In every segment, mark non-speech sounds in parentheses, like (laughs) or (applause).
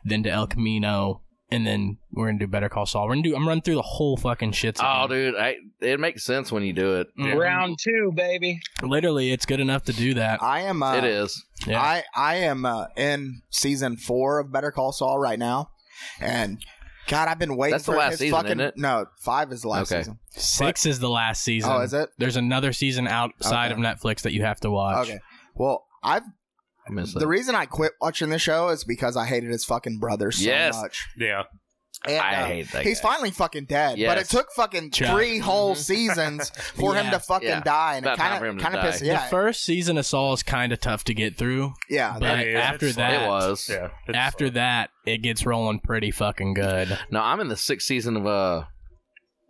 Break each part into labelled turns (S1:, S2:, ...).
S1: then to El Camino, and then we're gonna do Better Call Saul. We're gonna do. I'm running through the whole fucking shit.
S2: Oh, dude, I, it makes sense when you do it.
S1: Mhm.
S3: Round two, baby.
S1: Literally, it's good enough to do that.
S4: I am. Uh,
S2: it is.
S1: Yeah.
S4: I I am uh, in season four of Better Call Saul right now, and God, I've been waiting.
S2: That's the
S4: for
S2: last
S4: his
S2: season,
S4: fucking,
S2: isn't it?
S4: No, five is the last
S2: Okay.
S4: season.
S1: Six is the last season.
S4: Oh, is it?
S1: There's another season outside of
S4: Okay.
S1: Netflix that you have to watch.
S4: Okay. Well, I've
S2: I miss
S4: the
S2: that.
S4: reason I quit watching the show is because I hated his fucking brother so
S2: Yes.
S4: much.
S5: yeah.
S4: And,
S2: I
S4: uh,
S2: hate that.
S4: He's
S2: guy.
S4: finally fucking dead, but it
S2: Yes.
S4: took fucking
S1: Chuck.
S4: three whole seasons for him
S1: Yeah.
S4: to fucking
S2: Yeah.
S4: die, and it
S2: About time for him
S4: kind of kind
S2: to
S4: of
S2: die.
S4: pissed.
S1: The
S4: Yeah,
S1: first season of Saul is kind of tough to get through,
S4: yeah.
S1: but
S5: that is-
S1: after
S5: it's-
S1: that,
S2: It was.
S5: Yeah. It's-
S1: after that, it gets rolling pretty fucking good.
S2: No, I'm in the sixth season of uh,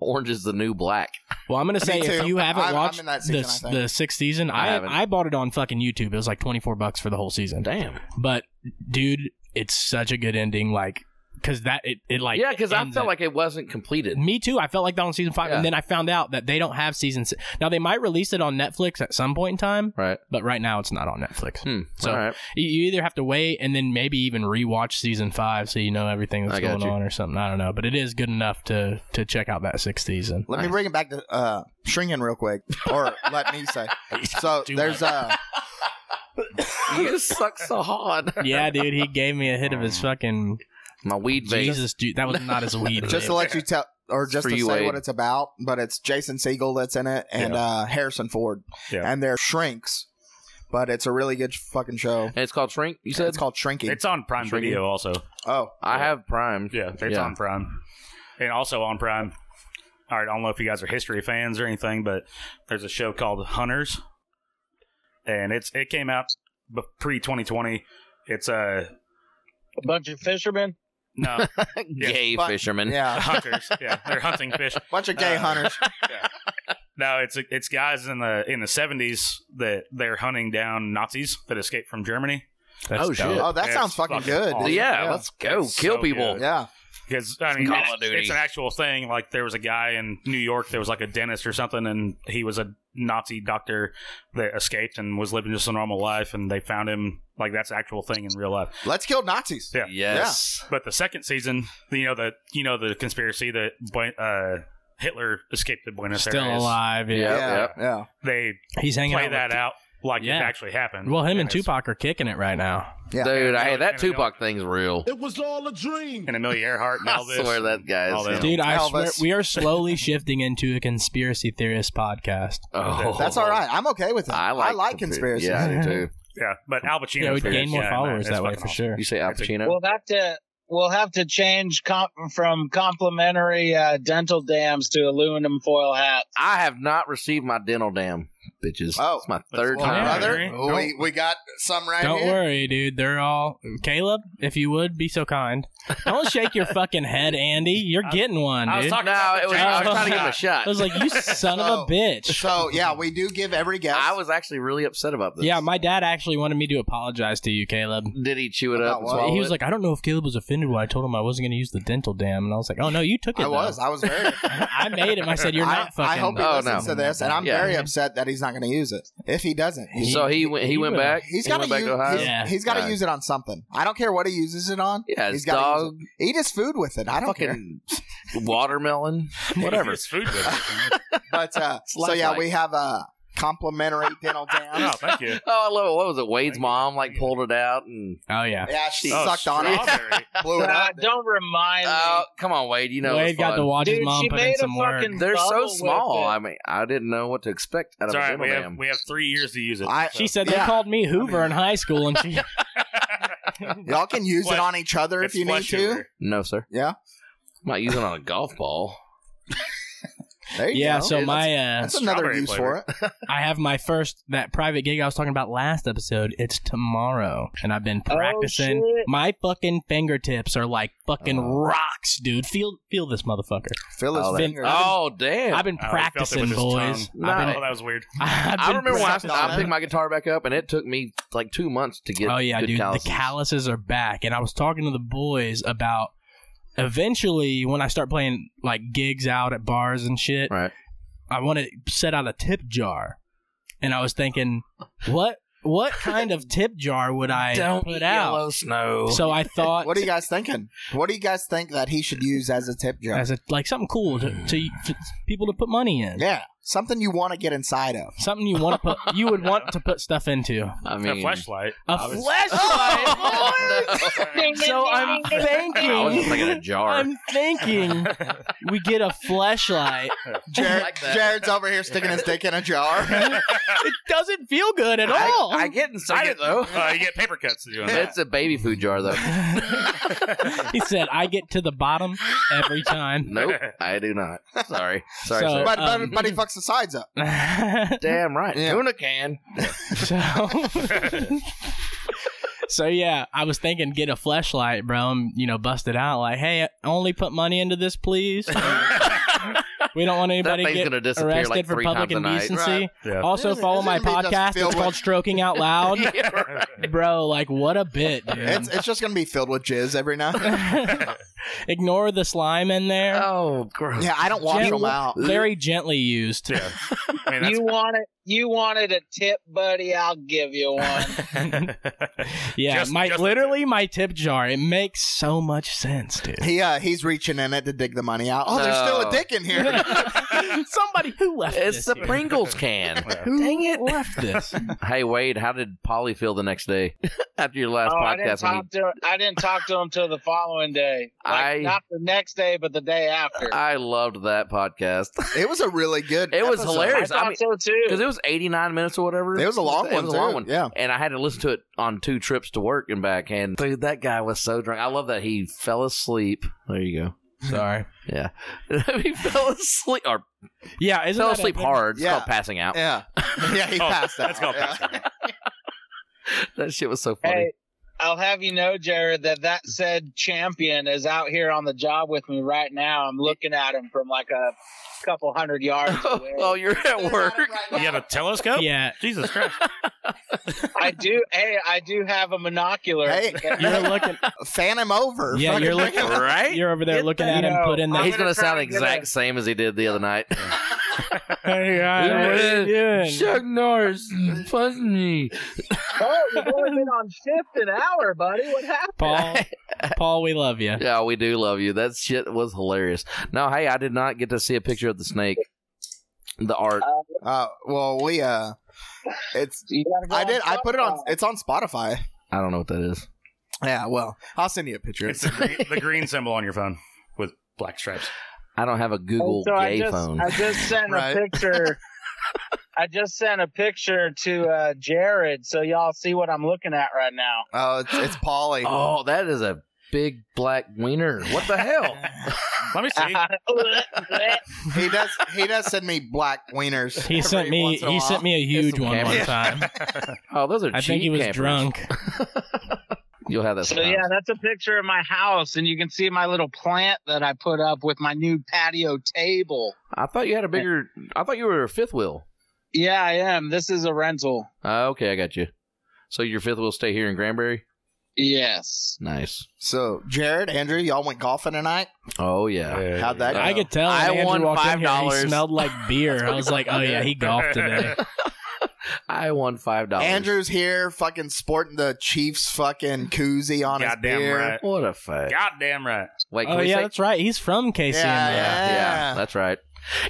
S2: Orange is the New Black.
S1: Well, I'm gonna say if
S4: too.
S1: you haven't
S4: I'm- I'm
S1: watched
S4: in that
S1: the,
S4: season, I think.
S1: the sixth season,
S2: I
S1: I
S2: haven't.
S1: I, bought it on fucking YouTube. It was like 24 bucks for the whole season.
S2: Damn.
S1: But dude, it's such a good ending, like because that it, it like Mm.
S2: yeah, because I
S1: ends
S2: felt
S1: it.
S2: like it wasn't completed.
S1: Me too. I felt like that on season five,
S2: Yeah.
S1: and then I found out that they don't have season six. Now they might release it on Netflix at some point in time,
S2: Right.
S1: but right now it's not on Netflix.
S2: Hmm.
S1: So- (laughs)
S2: All right.
S1: You- You either have to wait and then maybe even rewatch season five so you know everything that's
S2: I got
S1: going
S2: you.
S1: on or something. I don't know, but it is good enough to to check out that sixth
S4: (laughs)
S1: season.
S4: Let me
S2: Nice.
S4: bring it back to uh, shrinking real quick, or let me say. So
S1: Do
S4: there's uh,
S2: you just suck so hard.
S1: Yeah, dude, he gave me a hit of his fucking
S2: My weed vein.
S1: Jesus, dude. That was not his weed.
S4: just
S1: Just
S4: to let you tell, or just
S2: For
S4: to
S2: you,
S4: say
S2: Wade.
S4: what it's about, but it's Jason Siegel that's in it and
S5: Yeah.
S4: uh, Harrison Ford,
S5: Yeah.
S4: and they're shrinks, but it's a really good fucking show.
S2: And it's called Shrink. You said
S4: It's called Shrinking.
S5: it's on Prime
S2: Shrinking.
S5: Video also.
S4: oh,
S2: I have Prime.
S5: Yeah, it's
S2: Yeah.
S5: on Prime, and also on Prime. All right, I don't know if you guys are history fans or anything, but there's a show called Hunters, and it's it came out pre 2020. It's uh,
S3: A bunch of fishermen.
S5: no
S2: (laughs) Gay
S4: But-
S2: fisherman.
S4: yeah,
S5: hunters. Yeah, they're hunting fish.
S4: bunch of gay
S5: Uh,
S4: hunters.
S5: No, it's it's guys in the in the 70s that they're hunting down Nazis that escaped from Germany.
S2: oh shit.
S4: Oh, that
S5: It's
S4: sounds fucking,
S5: fucking
S4: good.
S5: awesome.
S4: dude.
S2: yeah, Let's go
S5: It's
S2: kill
S5: so
S2: people.
S5: good.
S4: yeah.
S5: Because I mean,
S2: Call
S5: it's,
S2: of Duty.
S5: it's an actual thing. Like there was a guy in New York that was like a dentist or something, and he was a Nazi doctor that escaped and was living just a normal life, and they found him. Like that's an actual thing in real life.
S4: Let's kill Nazis.
S5: Yeah.
S2: Yes.
S5: But the second season, you know the you know the conspiracy that Bu- uh, Hitler escaped to Buenos
S1: still
S5: Aires.
S1: alive. Yeah.
S2: Yeah.
S4: yeah, yeah.
S1: He's hanging
S5: Play
S1: out.
S5: that
S1: with,
S5: out like
S1: Yeah.
S5: it actually happened.
S1: Well, him and
S5: it's
S1: Tupac are kicking it right now.
S4: Yeah.
S2: Dude, I, hey, that
S5: And uh, they
S2: Tupac thing's real.
S6: It was all a dream.
S5: And Amelia Earhart and
S2: (laughs) I
S5: Elvis.
S2: swear that
S5: all
S2: guy's.
S5: that.
S1: Dude, I
S4: Elvis.
S1: swear we are slowly shifting into a conspiracy theorist podcast.
S2: Oh,
S4: That's all right. I'm okay with it.
S2: I like,
S4: conspiracy.
S2: Yeah, I do
S4: (laughs)
S2: too.
S5: Yeah, but Al Pacino.
S1: yeah, we'd
S5: for
S1: gain
S5: it.
S1: more
S5: Yeah, man,
S1: followers
S5: it's
S1: that way
S5: fucking
S1: for
S5: awesome.
S1: sure.
S2: You say Al
S5: It's a-
S2: Pacino?
S3: We'll have to we'll have to change com- from complimentary uh, dental dams to aluminum foil hats.
S2: I have not received my dental dam, bitches.
S4: Oh.
S2: it's my third
S4: Well,
S2: time.
S4: brother,
S5: Alright.
S4: we, we got some right
S1: Don't
S4: here.
S1: worry, dude. They're all Caleb. If you would be so kind, don't shake your fucking head, Andy. You're getting one,
S5: I was
S1: dude.
S5: talking
S2: No,
S5: about
S2: it was,
S5: the
S2: I was
S5: James
S2: trying to give him a
S1: I
S5: (laughs)
S2: shot.
S1: was like, you son
S4: (laughs)
S1: of a bitch.
S4: So yeah, we do give every guest.
S2: (laughs) I was actually really upset about this.
S1: Yeah, my dad actually wanted me to apologize to you, Caleb.
S2: did he chew it
S4: About
S2: up? and
S4: what?
S2: swallow
S1: he was
S2: it?
S1: like, I don't know if Caleb was offended when I told him I wasn't going to use the dental dam, and I was like, Oh no, you took it.
S4: I
S1: though.
S4: was. I was very.
S1: (laughs) I made him. I said, You're
S4: I-
S1: not fucking.
S4: I hope he
S2: Oh,
S4: listens to
S2: no.
S4: this, and I'm
S2: Yeah.
S4: very upset that he's not going to use it. If he doesn't,
S1: he-
S2: so he went. He,
S1: he
S2: went
S1: would've-
S2: back.
S4: he's
S2: he
S4: got to
S2: went back
S4: use.
S2: to Ohio.
S4: he's-
S1: Yeah.
S4: he's got to
S2: Yeah.
S4: use it on something. I don't care what he uses it on.
S2: Yeah,
S4: he's
S2: his
S4: gotta use
S2: dog,
S4: it. Eat his food with it. I don't care.
S2: fucking
S4: (laughs)
S2: watermelon,
S5: (laughs)
S2: whatever.
S5: It's food.
S2: (laughs)
S5: with it.
S4: But uh, so
S2: lifelike.
S4: yeah, we have a complimentary
S2: (laughs)
S4: dental
S5: No,
S4: dam.
S5: thank you.
S2: Oh, I love it. What was it? Wade's mom like pulled it out and.
S1: oh yeah.
S4: Yeah, she
S5: Oh,
S4: sucked on it,
S5: strawberry.
S4: blew it
S1: (laughs)
S3: Uh,
S4: up.
S3: don't remind
S2: Oh, come on, Wade. You know, it was
S1: Wade got
S2: fun.
S1: to watch
S3: Dude,
S1: his mom
S3: she
S1: put in
S3: made a
S1: some work.
S3: fucking-
S2: They're so
S3: Bubble with
S2: small.
S3: it.
S2: I mean, I didn't know what to expect out
S5: It's
S2: of
S5: all
S2: a
S5: right.
S2: dental
S5: We have
S2: dam.
S5: we have three years to use it.
S4: I,
S1: She said
S4: Yeah.
S1: they called me Hoover in high school,
S4: (laughs)
S1: and she
S4: y'all can use it
S5: Flesh-
S4: on each other if
S5: It's
S4: you need
S5: flesh
S4: to.
S5: over.
S2: No, sir.
S4: Yeah.
S2: I'm not using it on a
S1: (laughs)
S2: golf ball.
S4: There you
S1: yeah.
S4: go.
S1: So
S2: Dude,
S1: my uh,
S4: that's another
S5: Strawberry
S4: use
S5: flavor.
S4: for it.
S1: I have my first that private gig I was talking about last episode. It's tomorrow, and I've been
S3: Oh,
S1: practicing.
S3: shit.
S1: my fucking fingertips are like fucking
S4: Oh.
S1: rocks, dude. Feel feel this motherfucker.
S4: (laughs) Fill his
S2: Oh, that-
S4: finger.
S2: Oh, damn.
S1: I've been
S5: Oh, he felt it
S1: practicing,
S5: with his
S1: boys.
S5: tongue.
S1: I've
S2: Nice.
S1: been,
S5: Oh, that was weird.
S1: (laughs) I've
S2: I
S1: been
S2: remember when I,
S1: practicing.
S2: I picked my guitar back up, and it took me like two months to get.
S1: Oh yeah,
S2: good
S1: dude,
S2: calluses.
S1: the calluses are back, and I was talking to the boys about eventually when I start playing like gigs out at bars and shit.
S2: Right.
S1: I want to set out a tip jar, and I was thinking, what what kind of tip jar would I put out?
S2: snow.
S1: So I thought,
S4: What are you guys thinking? What do you guys think that he should use as a tip jar?
S1: as a, like something cool to, to, to people to put money in.
S4: yeah, something you want to get inside of.
S1: Something you want to put, you would want to put stuff into
S2: I
S5: a
S2: mean, (laughs)
S5: flashlight.
S1: a
S5: I was-
S1: flashlight. so I'm thinking.
S2: I was just thinking a jar.
S1: I'm thinking we get a flashlight.
S4: Jared,
S2: like that.
S4: Jared's over here sticking his dick in a
S1: (laughs)
S4: jar.
S1: It doesn't feel good at
S2: I,
S1: all.
S2: I get inside it though.
S5: Uh, you get paper cuts doing that.
S2: It's a baby food jar though.
S1: (laughs) he said, "I get to the bottom every
S2: (laughs)
S1: time."
S2: Nope, I do not. Sorry, sorry.
S1: So-
S2: sir.
S4: but, but,
S1: Um,
S4: but he fucks the sides up.
S2: Damn right,
S4: Yeah.
S2: tuna can.
S1: So, (laughs) so yeah, I was thinking get a flashlight, bro. And, you know, bust it out. Like, hey, only put money into this, please. we don't want
S2: (laughs) That
S1: anybody
S2: thing's
S1: get
S2: gonna disappear
S1: arrested
S2: like
S1: for
S2: three
S1: public
S2: times a night.
S1: indecency.
S4: Right.
S5: (laughs) Yeah.
S1: Also,
S4: Isn't-
S1: follow
S4: isn't
S1: my
S4: it just
S1: podcast. It's
S4: filled
S1: called
S4: with-
S1: Stroking Out
S2: (laughs)
S1: Loud. Bro, like, what a bit, dude.
S4: It's, it's just gonna be filled with jizz
S1: (laughs)
S4: every now.
S1: Ignore the slime in there.
S2: Oh, gross.
S4: yeah, I don't wash
S1: Gentle.
S4: them out.
S1: Very gently used.
S5: (laughs)
S1: (laughs)
S5: Yeah. I mean, (laughs) that's
S3: You want it? You wanted a tip, buddy? I'll give you one.
S1: Yeah,
S5: Just-
S1: my
S5: just the
S1: literally my tip jar. It makes so much sense, dude.
S4: (laughs) He uh, he's reaching in it to dig the money out. Oh, there's still
S2: No.
S4: a dick in here.
S1: Somebody who left
S2: (laughs) It's
S1: this
S2: the
S1: here?
S2: Pringles can. (laughs)
S1: Who Dang it! Left (laughs) this.
S2: hey Wade, how did Polly feel the next day (laughs) after your last
S3: oh, I didn't
S2: podcast? when
S3: talk to. I didn't talk to him till the following day. Like,
S2: I-
S3: not the next day, but the day after.
S2: you- I loved that podcast.
S4: (laughs) it was a really good.
S2: It was
S4: episode.
S2: hilarious.
S3: I thought
S2: I mean-
S3: so
S2: because
S3: too.
S2: it was 89 minutes or whatever.
S4: It was a long
S2: It
S4: one.
S2: was
S4: too.
S2: a long one.
S4: Yeah.
S2: And I had to listen to it on two trips to work and back. And dude, that guy was so drunk. I love that he fell asleep. There you go.
S1: Sorry.
S2: (laughs) he fell asleep or
S1: Yeah, isn't
S2: fell
S1: that a
S2: asleep
S1: thing?
S2: hard. It's
S4: Yeah.
S2: called passing out.
S4: Yeah. (laughs) Yeah, he
S5: Oh,
S4: passed out.
S5: That's called
S4: Yeah.
S2: (laughs)
S5: passing out.
S2: That shit was so funny.
S3: Hey, I'll have you know, Jared, that that said champion is out here on the job with me right now. I'm looking at him from like a couple hundred
S2: (laughs)
S3: yards away.
S2: oh, you're
S4: (laughs)
S2: at work.
S5: You have a telescope?
S1: Yeah,
S5: Jesus Christ.
S3: I do. Hey, I do have a monocular.
S4: Hey,
S1: you're (laughs) looking.
S4: fan him over.
S1: Yeah,
S4: Fucking
S1: you're
S4: bring him- (laughs)
S1: looking.
S2: (laughs) right?
S1: You're over there
S2: Get
S1: looking
S2: the-
S1: at him,
S3: No,
S1: put in (laughs)
S3: I'm
S1: that.
S2: He's gonna
S3: gonna try
S2: sound
S3: to get
S2: exact
S3: a-
S2: same as he did the other night.
S1: Hey, guys, what are you doing? (laughs)
S2: Norris, fuzz me.
S3: (laughs) oh, you've only been on shift an hour, buddy. What happened?
S1: Paul, Paul, we love you.
S2: Yeah, we do love you. That shit was hilarious. No, hey, I did not get to see a picture of the snake. The art.
S4: Uh, well, we uh, It's
S3: You gotta go
S4: I
S3: on
S4: did I put it on
S3: Spotify.
S4: it's on Spotify.
S2: I don't know what that is.
S4: Yeah, well, I'll send you a
S1: (laughs)
S4: picture.
S5: (laughs) It's the, gre- the green symbol on your phone with black stripes.
S2: I don't have a Google
S1: Oh,
S3: so I
S2: gay
S3: just,
S2: phone.
S3: I just sent
S4: Right.
S3: a (laughs) picture. I just sent a picture to uh, Jared, so y'all see what I'm looking at right now.
S4: Oh, it's, it's Polly.
S2: oh, that is a big black wiener. What
S1: (laughs)
S2: the hell?
S5: Let me see.
S3: (laughs)
S4: He does he does send me black wieners.
S1: He sent
S4: every
S1: me
S4: once in a
S1: he
S4: while.
S1: sent me a huge
S2: some
S1: one
S2: cameras.
S1: one
S5: (laughs)
S1: time.
S2: Oh, those are.
S1: I think
S2: cheap
S1: he was
S2: campers.
S1: drunk.
S2: You'll have that.
S3: so
S2: sometime.
S3: yeah, that's a picture of my house, and you can see my little plant that I put up with my new patio table.
S2: I thought you had a bigger. I thought you were a fifth wheel.
S3: Yeah, I am. This is a rental.
S2: Uh, okay, I got you. So your fifth wheel stay here in Granbury.
S3: Yes.
S2: Nice.
S4: So Jared, Andrew, y'all went golfing tonight?
S2: Oh yeah.
S4: How'd that go?
S1: I could tell. when
S4: I
S1: Andrew
S4: won
S1: walked in here,
S4: $5.
S1: he smelled like beer. I was like, oh yeah, he golfed today.
S2: I won five dollars.
S4: Andrew's here fucking sporting the Chiefs fucking koozie on his
S5: Goddamn
S4: beer.
S5: right.
S2: What a fuck.
S5: Goddamn right.
S2: Wait, can
S1: Oh
S2: we
S1: yeah,
S2: say-
S1: that's right. He's from KCM.
S4: Yeah,
S1: though.
S4: yeah.
S2: yeah, that's right.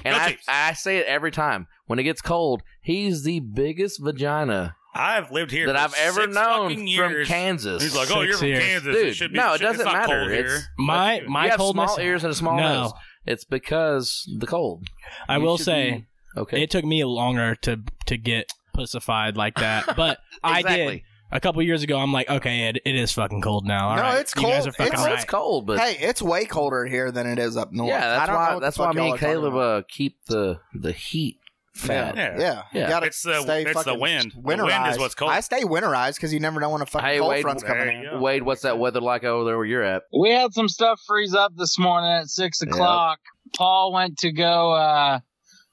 S2: And
S5: Go
S2: I,
S5: Chiefs.
S2: I say it every time when it gets cold. He's the biggest vagina
S5: I've lived here
S2: that
S5: for
S2: I've ever
S5: six fucking
S2: known from
S5: years.
S2: Kansas.
S5: He's like, oh,
S1: Six
S5: you're from
S1: years.
S5: Kansas. it
S2: Dude,
S5: should be,
S2: no, it
S5: shit- it's
S2: doesn't
S5: not
S2: matter.
S5: Cold
S2: It's-
S5: here.
S1: My
S5: You
S1: my
S2: you have
S1: coldness.
S2: small ears and a small
S1: No.
S2: nose. It's because the cold.
S1: I
S2: You
S1: will
S2: should
S1: say
S2: be- okay,
S1: it took me longer to to get pussified like that,
S2: (laughs)
S1: but I did.
S2: Exactly.
S1: A couple years ago, I'm like, okay, it, it is fucking cold now. All
S4: No,
S1: right,
S4: it's
S1: You guys
S4: cold.
S1: are fucking
S4: It's-
S2: No, it's
S1: right.
S2: cold, but
S4: Hey, it's way colder here than it is up north.
S2: yeah,
S4: I don't
S2: that's
S4: know what
S2: why.
S4: the
S2: That's
S4: fuck
S2: why me
S4: y'all
S2: and
S4: are talking
S2: Caleb
S4: about.
S2: uh, keep the the heat fat.
S5: Yeah.
S4: yeah, you
S2: Yeah.
S4: gotta
S5: It's the-
S4: stay
S5: it's the
S4: fucking
S5: wind. The wind is
S4: Winterized.
S5: what's cold.
S4: I stay winterized because you never know when a fucking
S2: Hey,
S4: cold
S2: wait,
S4: front's
S5: there
S4: coming.
S5: you
S4: in.
S5: go. Yeah.
S2: Wade, what's that weather like over there where you're at?
S3: We had some stuff freeze up this morning at six
S2: Yep.
S3: o'clock. Paul went to go uh,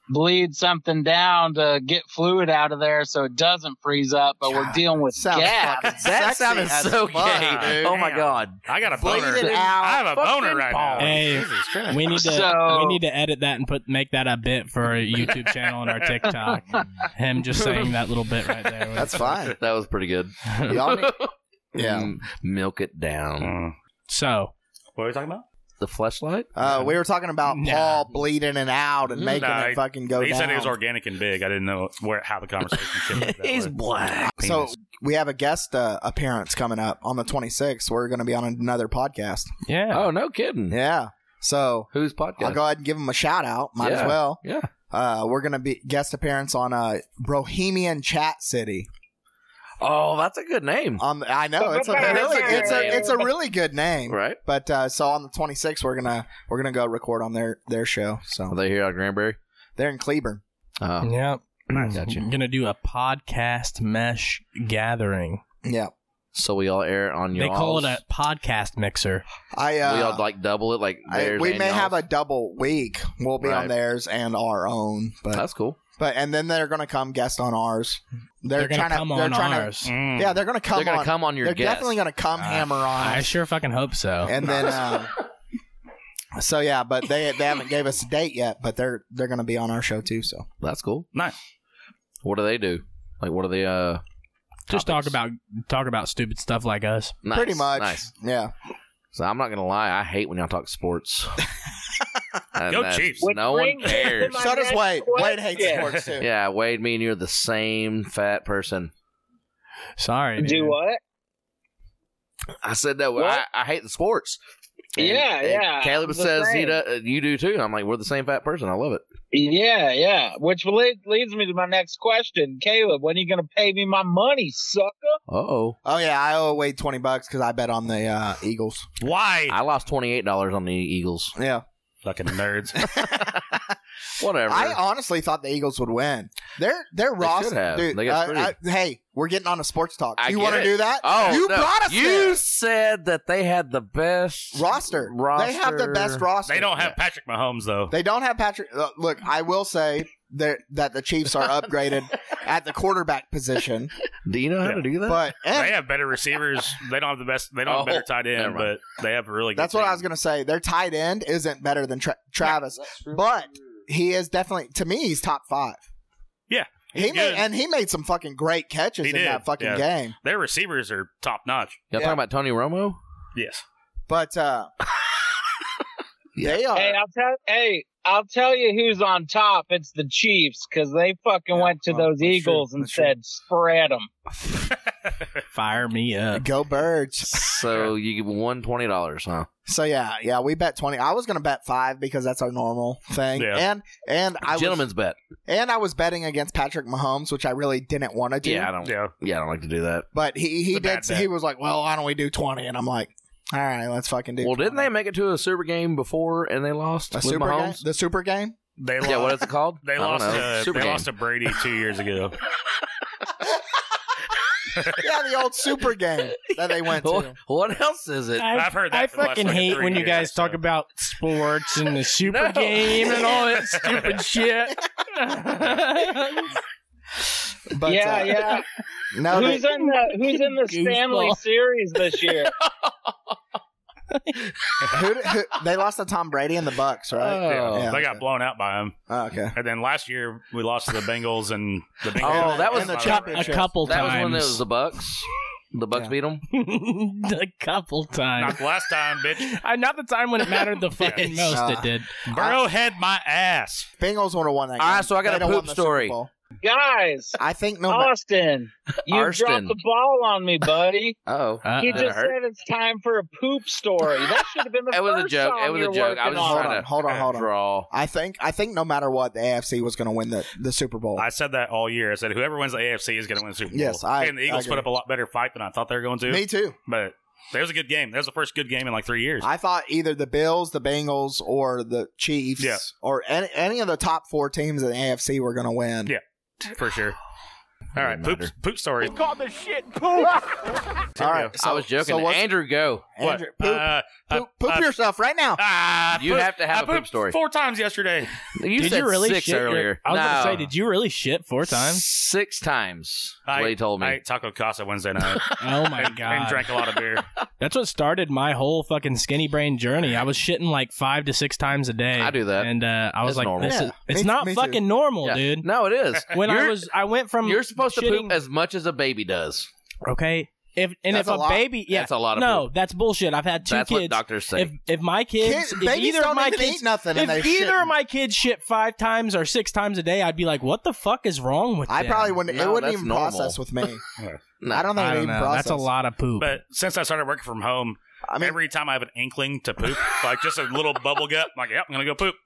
S3: bleed something down to get fluid out of there so it doesn't freeze up, but we're
S4: God,
S3: dealing with
S4: sounds fucking
S3: gas.
S2: That
S4: sexy
S2: sounded
S4: as
S2: so
S4: fuck,
S2: gay.
S4: dude.
S2: oh my
S5: Damn.
S2: god.
S5: I got a
S4: Bleed
S5: boner.
S4: it out.
S5: I have a boner
S2: Fucking
S5: right
S2: ball.
S5: now.
S1: Hey,
S5: Jesus
S1: (laughs)
S5: Christ.
S1: We need to
S3: So-
S1: we need to edit that and put make that a bit for our YouTube channel and our
S3: (laughs)
S1: TikTok. Him just saying that little bit right there.
S4: (laughs) (laughs) That's fine.
S2: That was pretty good.
S4: Y'all
S2: (laughs)
S4: need-
S5: (laughs)
S4: yeah.
S2: Mm, milk it down.
S5: Mm.
S1: so
S5: What are we talking about?
S2: The fleshlight?
S4: Uh, we were talking about
S1: Nah.
S4: Paul bleeding it out
S2: Mm.
S4: and making
S5: Nah,
S4: it
S5: he-
S4: fucking go
S5: he
S4: down.
S5: said it was organic and big. I didn't know where how the conversation shifted. that
S2: He's
S5: way.
S2: black.
S4: so
S5: Penis.
S4: we have a guest uh, appearance coming up on the 26th. We're going to be on another podcast.
S1: yeah,
S2: Oh, no kidding.
S4: Yeah. So
S2: Who's
S4: I'll
S2: podcast?
S4: go ahead and give him a shout out. Might as
S2: Yeah.
S4: well.
S2: yeah.
S4: Uh, we're going to be guest appearance on uh, Bohemian Chat City.
S2: Oh, that's a good name.
S4: On the, I know it's a really it's a it's a really good name.
S2: Right?
S4: But uh, so on the 26th, we're gonna we're gonna go record on their their show.
S2: Are
S4: So
S2: they here out of Granbury?
S4: they're in Cleburne. Oh.
S2: Uh,
S1: yeah.
S2: Gotcha.
S1: I'm gonna do a podcast mesh gathering.
S4: Yeah,
S2: So we all air on your
S1: They call it a podcast mixer.
S4: I
S2: We
S4: uh,
S2: all like double it like
S4: I,
S2: theirs
S4: we
S2: and
S4: may
S2: y'all's?
S4: have a double week. We'll be on
S2: Right.
S4: theirs and our own, but
S2: That's cool.
S4: but and then they're gonna come guest on ours. They're,
S1: They're, gonna
S4: trying
S1: come
S4: to. They're
S1: on
S4: trying
S1: ours.
S4: to.
S5: Mm.
S4: Yeah, they're gonna come.
S2: They're gonna
S4: on,
S2: come on your
S4: they're
S2: guest.
S4: definitely gonna come
S1: Uh,
S4: hammer on.
S1: I
S4: us.
S1: sure fucking hope so.
S4: and
S1: (laughs)
S4: then. Uh, So yeah, but they they haven't gave us a date yet, but they're they're gonna be on our show too. So
S2: That's cool.
S5: Nice.
S2: What do they do? Like what are they uh
S1: Just talk
S2: topics?
S1: about talk about stupid stuff like us.
S2: nice,
S4: pretty much,
S2: Nice.
S4: yeah.
S2: So I'm not gonna lie, I hate when y'all
S4: (laughs)
S2: talk sports. And
S5: Go
S2: that-
S5: Chiefs.
S2: No
S3: Which
S2: one
S3: brings us
S4: (laughs)
S2: cares.
S3: to my
S4: So does
S3: next
S4: Wade. Wade hates
S3: question.
S4: sports too.
S2: Yeah, Wade, me and you are the same fat person.
S1: Sorry.
S3: Do
S1: dude.
S3: what?
S2: I said no.
S3: What?
S2: I, I hate the sports.
S3: Yeah, yeah,
S2: Caleb
S3: I'm the
S2: says he
S3: same.
S2: does, you do too. I'm like, we're the same fat person. I love it.
S3: Yeah, yeah. Which le- leads me to my next question. Caleb, when are you going to pay me my money, sucker?
S2: Uh oh.
S4: Oh yeah, I owe Wade twenty bucks because I bet on the uh, Eagles.
S5: Why?
S2: I lost twenty eight dollars on the Eagles.
S4: Yeah,
S5: Fucking
S2: (laughs)
S5: nerds.
S2: Whatever.
S4: I honestly thought the Eagles would win. They're they're
S2: should have.
S4: dude.
S2: They got
S4: uh, I- hey, we're getting on a sports talk.
S2: I
S4: you
S2: get
S4: want to
S2: it.
S4: do that?
S2: oh,
S4: you
S2: no.
S4: brought us
S2: You
S4: there.
S2: said that they had the best
S4: roster. They have the best roster.
S5: they don't have Patrick Mahomes though.
S4: They don't have Patrick. Uh, look, I will say that that the Chiefs
S2: (laughs)
S4: are upgraded at the quarterback position,
S2: Do you know how to do that?
S4: but and
S5: They have better receivers. They don't have the best. They don't have
S2: Eh. Oh,
S5: better tight
S2: never
S5: end,
S2: mind.
S5: but they have a really. good
S4: that's what
S5: team.
S4: I was gonna say. Their tight end isn't better than tra- Travis, but he is definitely to me. He's top five.
S5: Yeah,
S4: he made,
S5: good.
S4: and he made some fucking great catches
S5: He
S4: in
S5: did,
S4: that fucking
S5: yeah.
S4: game.
S5: Their receivers are top notch.
S2: Y'all
S4: yeah.
S2: talking about Tony Romo?
S5: Yes. (laughs)
S4: But uh, they are.
S3: Hey, I'll tell. Hey, I'll tell you who's on top. It's the Chiefs because they fucking
S4: Yeah,
S3: went to
S4: well,
S3: those
S4: that's true,
S3: Eagles and
S4: that's true.
S3: said, "Spread 'em." "Spread them."
S1: Fire me up.
S4: Go birds.
S2: So you won twenty dollars, huh?
S4: So yeah, yeah, we bet twenty. I was gonna bet five because that's our normal thing.
S5: Yeah.
S4: And and I was,
S2: Gentleman's bet.
S4: and I was betting against Patrick Mahomes, which I really didn't want to do.
S2: Yeah, I don't. Yeah.
S5: (laughs) Yeah.
S2: I don't like to do that.
S4: But he he
S5: It's a bad
S4: did
S5: bet.
S4: he was like, Well, why don't we do twenty? And I'm like, All right, let's fucking do
S2: Well, didn't
S4: 20."
S2: they make it to a super game before and they lost
S4: a
S2: with
S4: super game?
S2: Mahomes?
S4: The super game?
S5: They lost.
S2: Yeah, what is it called? I
S5: They
S2: don't
S5: lost.
S2: know.
S5: Uh, they
S2: super game.
S5: lost to Brady two years ago.
S4: yeah, the old super game that they went to.
S2: (laughs)
S4: (laughs)
S2: What, what else is it?
S5: I've heard
S6: (laughs)
S5: that
S6: I
S5: for the last,
S6: fucking
S5: like,
S6: hate
S5: three
S6: when you
S5: years,
S6: guys talk
S5: so.
S6: about sports and
S2: (laughs)
S6: the super
S2: No.
S6: game and all that stupid
S2: (laughs)
S6: shit.
S4: But
S3: yeah,
S4: uh,
S3: yeah.
S4: (laughs) No, they-
S3: who's in the Who's in
S4: (laughs)
S3: the Stanley
S6: Goofball.
S3: Series this year?
S4: who, who, they lost to Tom Brady and the Bucks, right?
S2: Oh.
S4: Yeah.
S5: They got blown out by him.
S4: Oh, okay.
S5: And then last year we lost to the Bengals and the Bengals.
S2: Oh, that was
S4: And the
S5: By the
S4: champion-
S1: A couple
S2: That was when it
S1: times.
S2: was the Bucks. The Bucks
S4: Yeah.
S2: beat 'em?
S1: (laughs) a couple times.
S5: Not the last time,
S2: (laughs)
S5: bitch.
S1: Uh, Not the time when it mattered the fucking most.
S4: Uh,
S1: it did.
S5: Burrow had my ass.
S4: Bengals would have won that game.
S2: All right, so I got
S4: They
S2: a
S4: done
S2: poop
S4: won the Super
S2: story.
S4: Bowl.
S3: Guys,
S4: I think
S3: (laughs)
S4: no. ma-
S3: Austin, you
S2: Arston.
S3: dropped the ball on me,
S2: (laughs)
S3: buddy.
S2: Oh,
S1: Uh,
S3: He
S2: Did it
S3: just
S2: hurt?
S3: said it's time for a poop story. That should have been the
S2: It was a
S3: first
S2: joke.
S3: song
S2: It was
S3: you're
S2: a joke. I
S3: working
S2: was
S3: on.
S2: just
S4: hold
S2: trying
S4: on,
S2: to-
S4: hold on, hold on.
S2: draw.
S4: I think I think no matter what, the AFC was going to win the, the Super Bowl.
S5: I said that all year. I said whoever wins the AFC is going to win the Super Bowl.
S4: Yes, I-
S5: and the Eagles
S4: I
S5: put
S4: agree.
S5: up a lot better fight than I thought they were going to.
S4: Me too.
S5: But that was a good game. That was the first good game in like three years.
S4: I thought either the Bills, the Bengals, or the Chiefs,
S5: Yeah.
S4: or any, any of the top four teams in the AFC were going to win.
S5: Yeah. for sure. All right, poop,
S2: matter.
S5: poop story.
S4: All right, so,
S2: I was joking.
S4: So what's-
S2: Andrew, go.
S4: Andrew,
S5: What?
S4: poop,
S5: Uh,
S4: poop,
S5: uh,
S4: poop
S5: uh,
S4: yourself right now.
S5: (laughs) ah, I
S2: You
S5: pooped-
S2: have to have
S5: I
S2: a poop
S5: pooped
S2: story.
S5: Four times yesterday.
S2: You
S1: did
S2: said
S1: you really
S2: six
S1: shit your-
S2: earlier.
S1: I was gonna
S2: No.
S1: say, did you really shit
S2: (laughs)
S1: four times?
S2: Six times. is
S5: I-
S2: what he told me.
S5: I ate taco casa Wednesday night
S1: Oh my
S5: and, and
S1: god!
S5: drank a lot of beer.
S1: That's what started my whole fucking skinny brain journey. I was shitting like five to six times a day.
S2: I do that.
S1: and uh, I was
S2: That's
S1: like,
S2: normal.
S1: this
S4: Yeah.
S1: is, it's
S4: Me-
S1: not
S4: me too.
S1: fucking normal,
S2: Yeah.
S1: dude.
S2: No, it is.
S1: When I
S2: You're-
S1: was, I went from
S2: you're supposed to
S1: shitting-
S2: poop as much as a baby does.
S1: okay. If and
S4: That's
S1: if a,
S4: a lot.
S1: baby, yeah,
S2: That's a lot of
S1: no,
S2: poop.
S1: that's bullshit. I've had two
S2: That's what
S1: kids.
S2: doctors say.
S1: if if my kids,
S4: Kids,
S1: if
S4: babies
S1: either
S4: don't
S1: of my
S4: even
S1: kids
S4: eat nothing,
S1: If
S4: and they
S1: either
S4: shit.
S1: of my kids shit five times or six times a day, I'd be like, "What the fuck is wrong with?"
S4: I
S1: them?
S4: probably wouldn't.
S2: No,
S4: it wouldn't
S2: that's
S4: even
S2: normal.
S4: process with me.
S2: (laughs) No.
S4: I don't think
S1: I
S4: it
S1: don't
S4: even
S1: know.
S4: process.
S1: That's a lot of poop.
S5: But since I started working from home,
S4: I mean,
S5: every time I have an inkling to poop, like just a little bubble gut, I'm like, yep, I'm gonna go poop.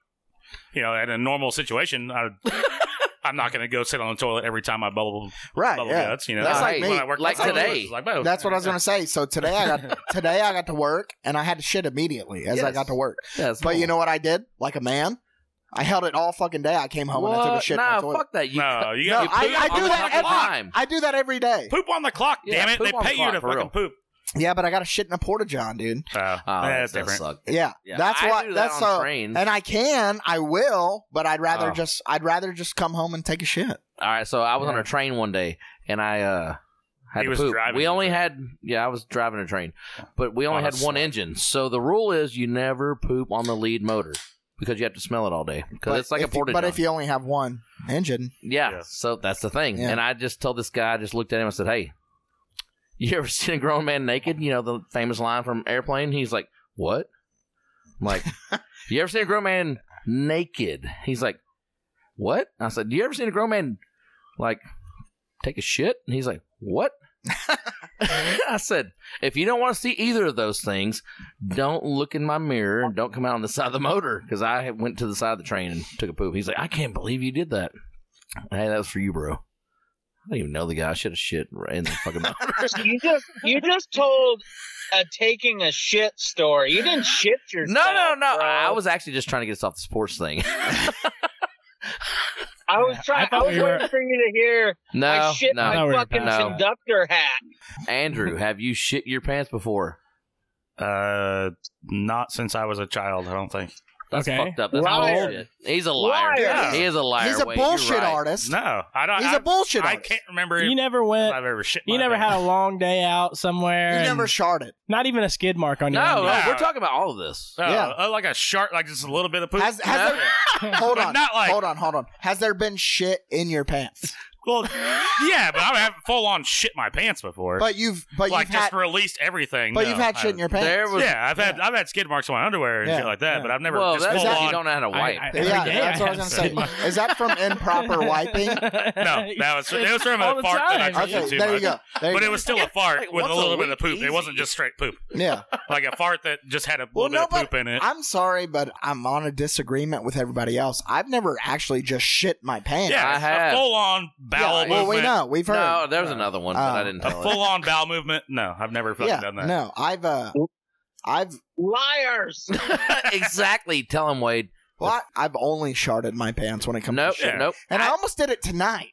S5: You know, in a normal situation, I, I'm not gonna go sit on the toilet every time I bubble
S4: right?
S5: bubble
S4: Yeah.
S5: guts. You know,
S4: That's
S5: Uh,
S4: like
S5: when
S4: me.
S5: I work
S2: Like
S5: from home,
S2: today.
S5: it's like, oh,
S4: That's what I was gonna say. So today I
S1: (laughs)
S4: got today I got to work and I had to shit immediately as I
S2: Yes.
S4: got to work.
S2: Yeah, it's
S4: But you
S2: normal.
S4: know what I did? Like a man, I held it all fucking day. I came home and I took a
S2: What?
S4: shit. in
S2: Nah,
S4: the toilet.
S2: fuck that. You
S5: No, you
S4: No,
S5: got
S4: I, I
S2: on
S4: do
S2: the Oh,
S4: that
S2: fucking
S4: every
S2: time.
S4: I do that every day.
S5: poop on the clock.
S2: Yeah,
S5: damn it,
S2: poop
S5: they
S2: on the
S5: pay you
S2: clock,
S5: to
S2: for
S5: fucking
S2: real.
S5: poop.
S4: Yeah, but I got to shit in a porta john, dude.
S5: Oh,
S2: Oh,
S5: yeah,
S2: that
S5: that's
S2: does
S5: different.
S2: suck.
S4: Yeah,
S2: Yeah,
S4: that's
S2: I
S4: why.
S2: do that
S4: that's uh,
S2: on
S4: so.
S2: trains.
S4: And I can, I will, but I'd rather
S2: Oh.
S4: just I'd rather just come home and take a shit.
S2: All right, so I was on a train one day, and I uh, had
S5: He
S2: to
S5: was
S2: poop.
S5: driving
S2: We
S5: the
S2: only
S5: train.
S2: had yeah, I was driving a train, but we only
S5: Oh,
S2: had
S5: that's
S2: one
S5: smart.
S2: engine. So the rule is you never poop on the lead motor because you have to smell it all day because
S4: But
S2: it's like a
S4: if you-
S2: porta
S4: But if you only have one engine,
S2: yeah,
S5: Yeah.
S2: so that's the thing.
S4: Yeah.
S2: And I just told this guy, I just looked at him, I said, "Hey, you ever (laughs) seen a grown man naked? You know the famous line from Airplane." He's like, "What?" I'm like, "You ever seen a grown man naked?" He's like, "What?" I said, "You ever seen a grown man like take a shit?" And he's like, "What?" (laughs) I said, "If you don't want to see either of those things, don't look in my mirror and don't come out on the side of the motor because I went to the side of the train and took a poop." He's like, "I can't believe you did that." Hey, that was for you, bro. I don't even know the guy. I should have shit right in the fucking mouth.
S3: (laughs) You just you just told a taking a shit story. You didn't shit yourself.
S2: no, no, no.
S3: bro.
S2: I was actually just trying to get us off the sports thing. (laughs)
S3: I was trying. I,
S1: thought
S3: was
S1: we were-
S3: waiting for you to hear.
S2: No,
S3: I shit
S2: no.
S1: No,
S3: my
S1: we're
S3: fucking
S2: not. No.
S3: conductor hat.
S2: (laughs) Andrew, have you shit your pants before?
S5: Uh, not since I was a child, I don't think.
S2: That's
S1: Okay.
S2: fucked up. That's
S3: Liar.
S2: bullshit. He's a liar.
S3: Liar.
S2: He is a liar.
S4: he's a
S2: Wait, you're
S4: bullshit
S2: right.
S4: artist.
S5: No, I don't.
S4: He's
S5: I,
S4: a bullshit
S5: I
S4: artist.
S5: can't remember
S1: you
S5: if
S1: never went.
S5: I've ever shit.
S1: You
S5: my
S1: never
S5: pants.
S1: had a long day out somewhere.
S4: You
S1: and
S4: never sharded.
S1: not even a skid mark on your.
S2: No,
S1: onion.
S2: no, we're talking about all of this.
S5: Oh,
S4: Yeah.
S5: oh, like a shark, like just a little bit of poop.
S4: Has, has
S2: No.
S5: (laughs)
S4: there, hold
S5: But
S4: on,
S5: not like-
S4: hold on, hold on. Has there been shit in your pants?
S5: Well, yeah, but I've full on shit my pants before.
S4: But you've but
S5: like
S4: you've
S5: just
S4: had
S5: released everything.
S4: but
S5: No,
S4: you've had
S5: I-
S4: shit in your pants.
S2: There was
S5: Yeah, I've had I've had skid marks on my underwear and
S4: Yeah,
S5: shit like that,
S4: yeah.
S5: but I've never
S2: well,
S5: just
S2: that's
S5: full
S2: because you
S5: on.
S2: don't know how to
S1: I-
S2: wipe.
S1: I-
S4: yeah,
S1: Every day I
S4: that's what I was
S5: (laughs)
S1: have
S4: gonna say. Is that from
S1: (laughs)
S4: improper wiping?
S5: No, that was it was from
S1: All
S5: a
S1: the
S5: fart that I
S1: time.
S5: drank
S4: Okay,
S5: too
S4: there you
S5: much.
S4: go. There
S5: But
S4: you
S5: it
S4: go.
S5: was still a fart with
S2: once
S5: a
S2: a
S5: little bit
S2: week,
S5: of poop.
S2: easy.
S5: It wasn't just straight poop, (laughs)
S4: yeah.
S5: like a fart that just had a
S4: Well, no,
S5: little bit of
S4: but
S5: poop in it.
S4: I'm sorry, but I'm on a disagreement with everybody else. I've never actually just shit my pants.
S5: yeah,
S2: I
S5: it's
S2: have.
S5: a full on bowel
S4: well, we
S5: movement.
S4: know. We've heard.
S2: No, there was another one, but I
S4: Oh.
S2: didn't
S5: A
S2: tell it.
S5: full on bowel movement. No, I've never fucking
S4: yeah,
S5: done that.
S4: no, I've uh, I've
S1: (laughs)
S3: Liars.
S2: (laughs) exactly. Tell him, Wade.
S4: well, I, I've only sharded my pants when it comes
S2: Nope.
S4: to shit,
S5: Yeah.
S2: Nope.
S4: and I, almost did it
S2: (laughs)
S4: tonight.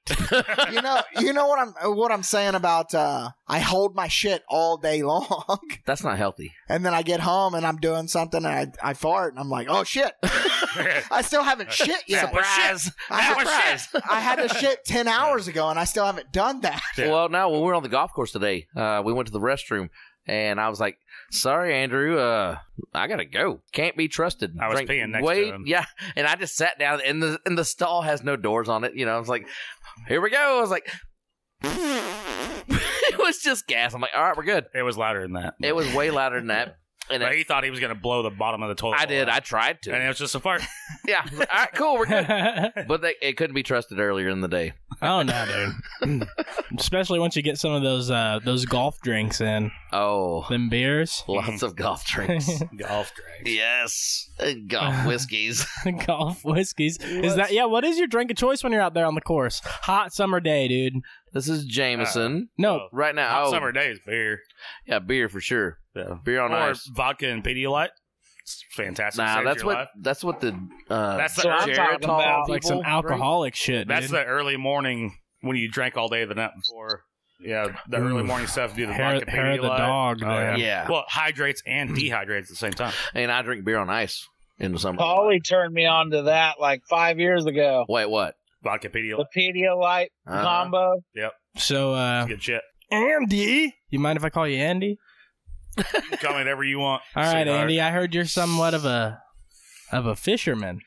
S4: you know, you know what I'm what I'm saying about uh, I hold my shit all day long, (laughs)
S2: That's not healthy.
S4: and then I get home and I'm doing something and I I fart and I'm like, oh shit, (laughs) I still haven't shit yet.
S2: Surprise.
S4: I,
S5: That was shit.
S4: I had to
S2: (laughs)
S4: shit ten hours ago and I still haven't done that. (laughs)
S5: Yeah.
S2: Well, no, when we were on the golf course today, uh, we went to the restroom, and I was like, "Sorry, Andrew, uh, I gotta go. Can't be trusted."
S5: I was peeing next to him.
S2: Yeah, and I just sat down, and the and the stall has no doors on it. You know, I was like, "Here we go." I was like, (laughs) "It was just gas." I'm like, "All right, we're good."
S5: (laughs) It was louder than that.
S2: It was way louder than that, and
S5: But
S2: it,
S5: he thought he was gonna blow the bottom of the toilet.
S2: I
S5: bowl
S2: did.
S5: out.
S2: I tried
S5: and it
S2: to.
S5: was just a fart.
S2: (laughs) Yeah. I was like, All right, cool.
S5: (laughs)
S2: We're good.
S1: oh
S2: But they, it couldn't be trusted earlier in the day.
S1: no,
S5: (laughs)
S1: dude. Especially once you get some of those uh, those golf drinks in
S2: Oh,
S1: them beers, (laughs)
S2: lots of
S5: (laughs)
S2: golf drinks.
S5: Golf
S2: Oh.
S5: drag.
S2: yes, and
S5: (laughs)
S2: golf whiskeys.
S1: golf whiskeys. Is that yeah? What is your drink of choice when you're out there on the course? Hot summer day, dude.
S2: This is Jameson.
S1: No,
S2: Right now,
S5: Uh, Hot
S2: oh,
S5: summer days, beer.
S2: yeah, beer for sure.
S5: Yeah.
S2: Beer on
S5: or
S2: ice.
S5: vodka and Pedialyte. It's fantastic.
S2: Nah,
S5: Saves
S2: that's
S5: your
S2: what
S5: life.
S2: that's what the uh,
S5: That's the
S3: So I'm
S5: Jared-
S3: talking about.
S1: like
S2: people
S1: some
S2: drink-
S1: alcoholic shit.
S5: Oh, That's
S1: dude.
S5: the early morning when you drank all day the night before. Yeah, the early
S1: Oof.
S5: morning stuff. Do the
S1: hair,
S5: vodka
S1: hair of the
S5: Pedialyte.
S1: dog.
S5: Oh,
S1: there.
S5: yeah.
S2: yeah. Mm.
S5: Well, it hydrates and dehydrates at the same time.
S2: And I drink beer on ice in the summer.
S3: Paulie turned me on to that like five years ago.
S2: Wait, what?
S5: Vodka Pedialyte,
S3: The Pedialyte
S2: Uh-huh.
S3: combo.
S1: So, uh,
S5: good shit.
S1: Andy, you mind if I call you Andy?
S5: You Call me whatever you
S2: (laughs)
S5: want.
S1: All right,
S5: sweetheart.
S1: Andy. I heard you're somewhat of a of a fisherman.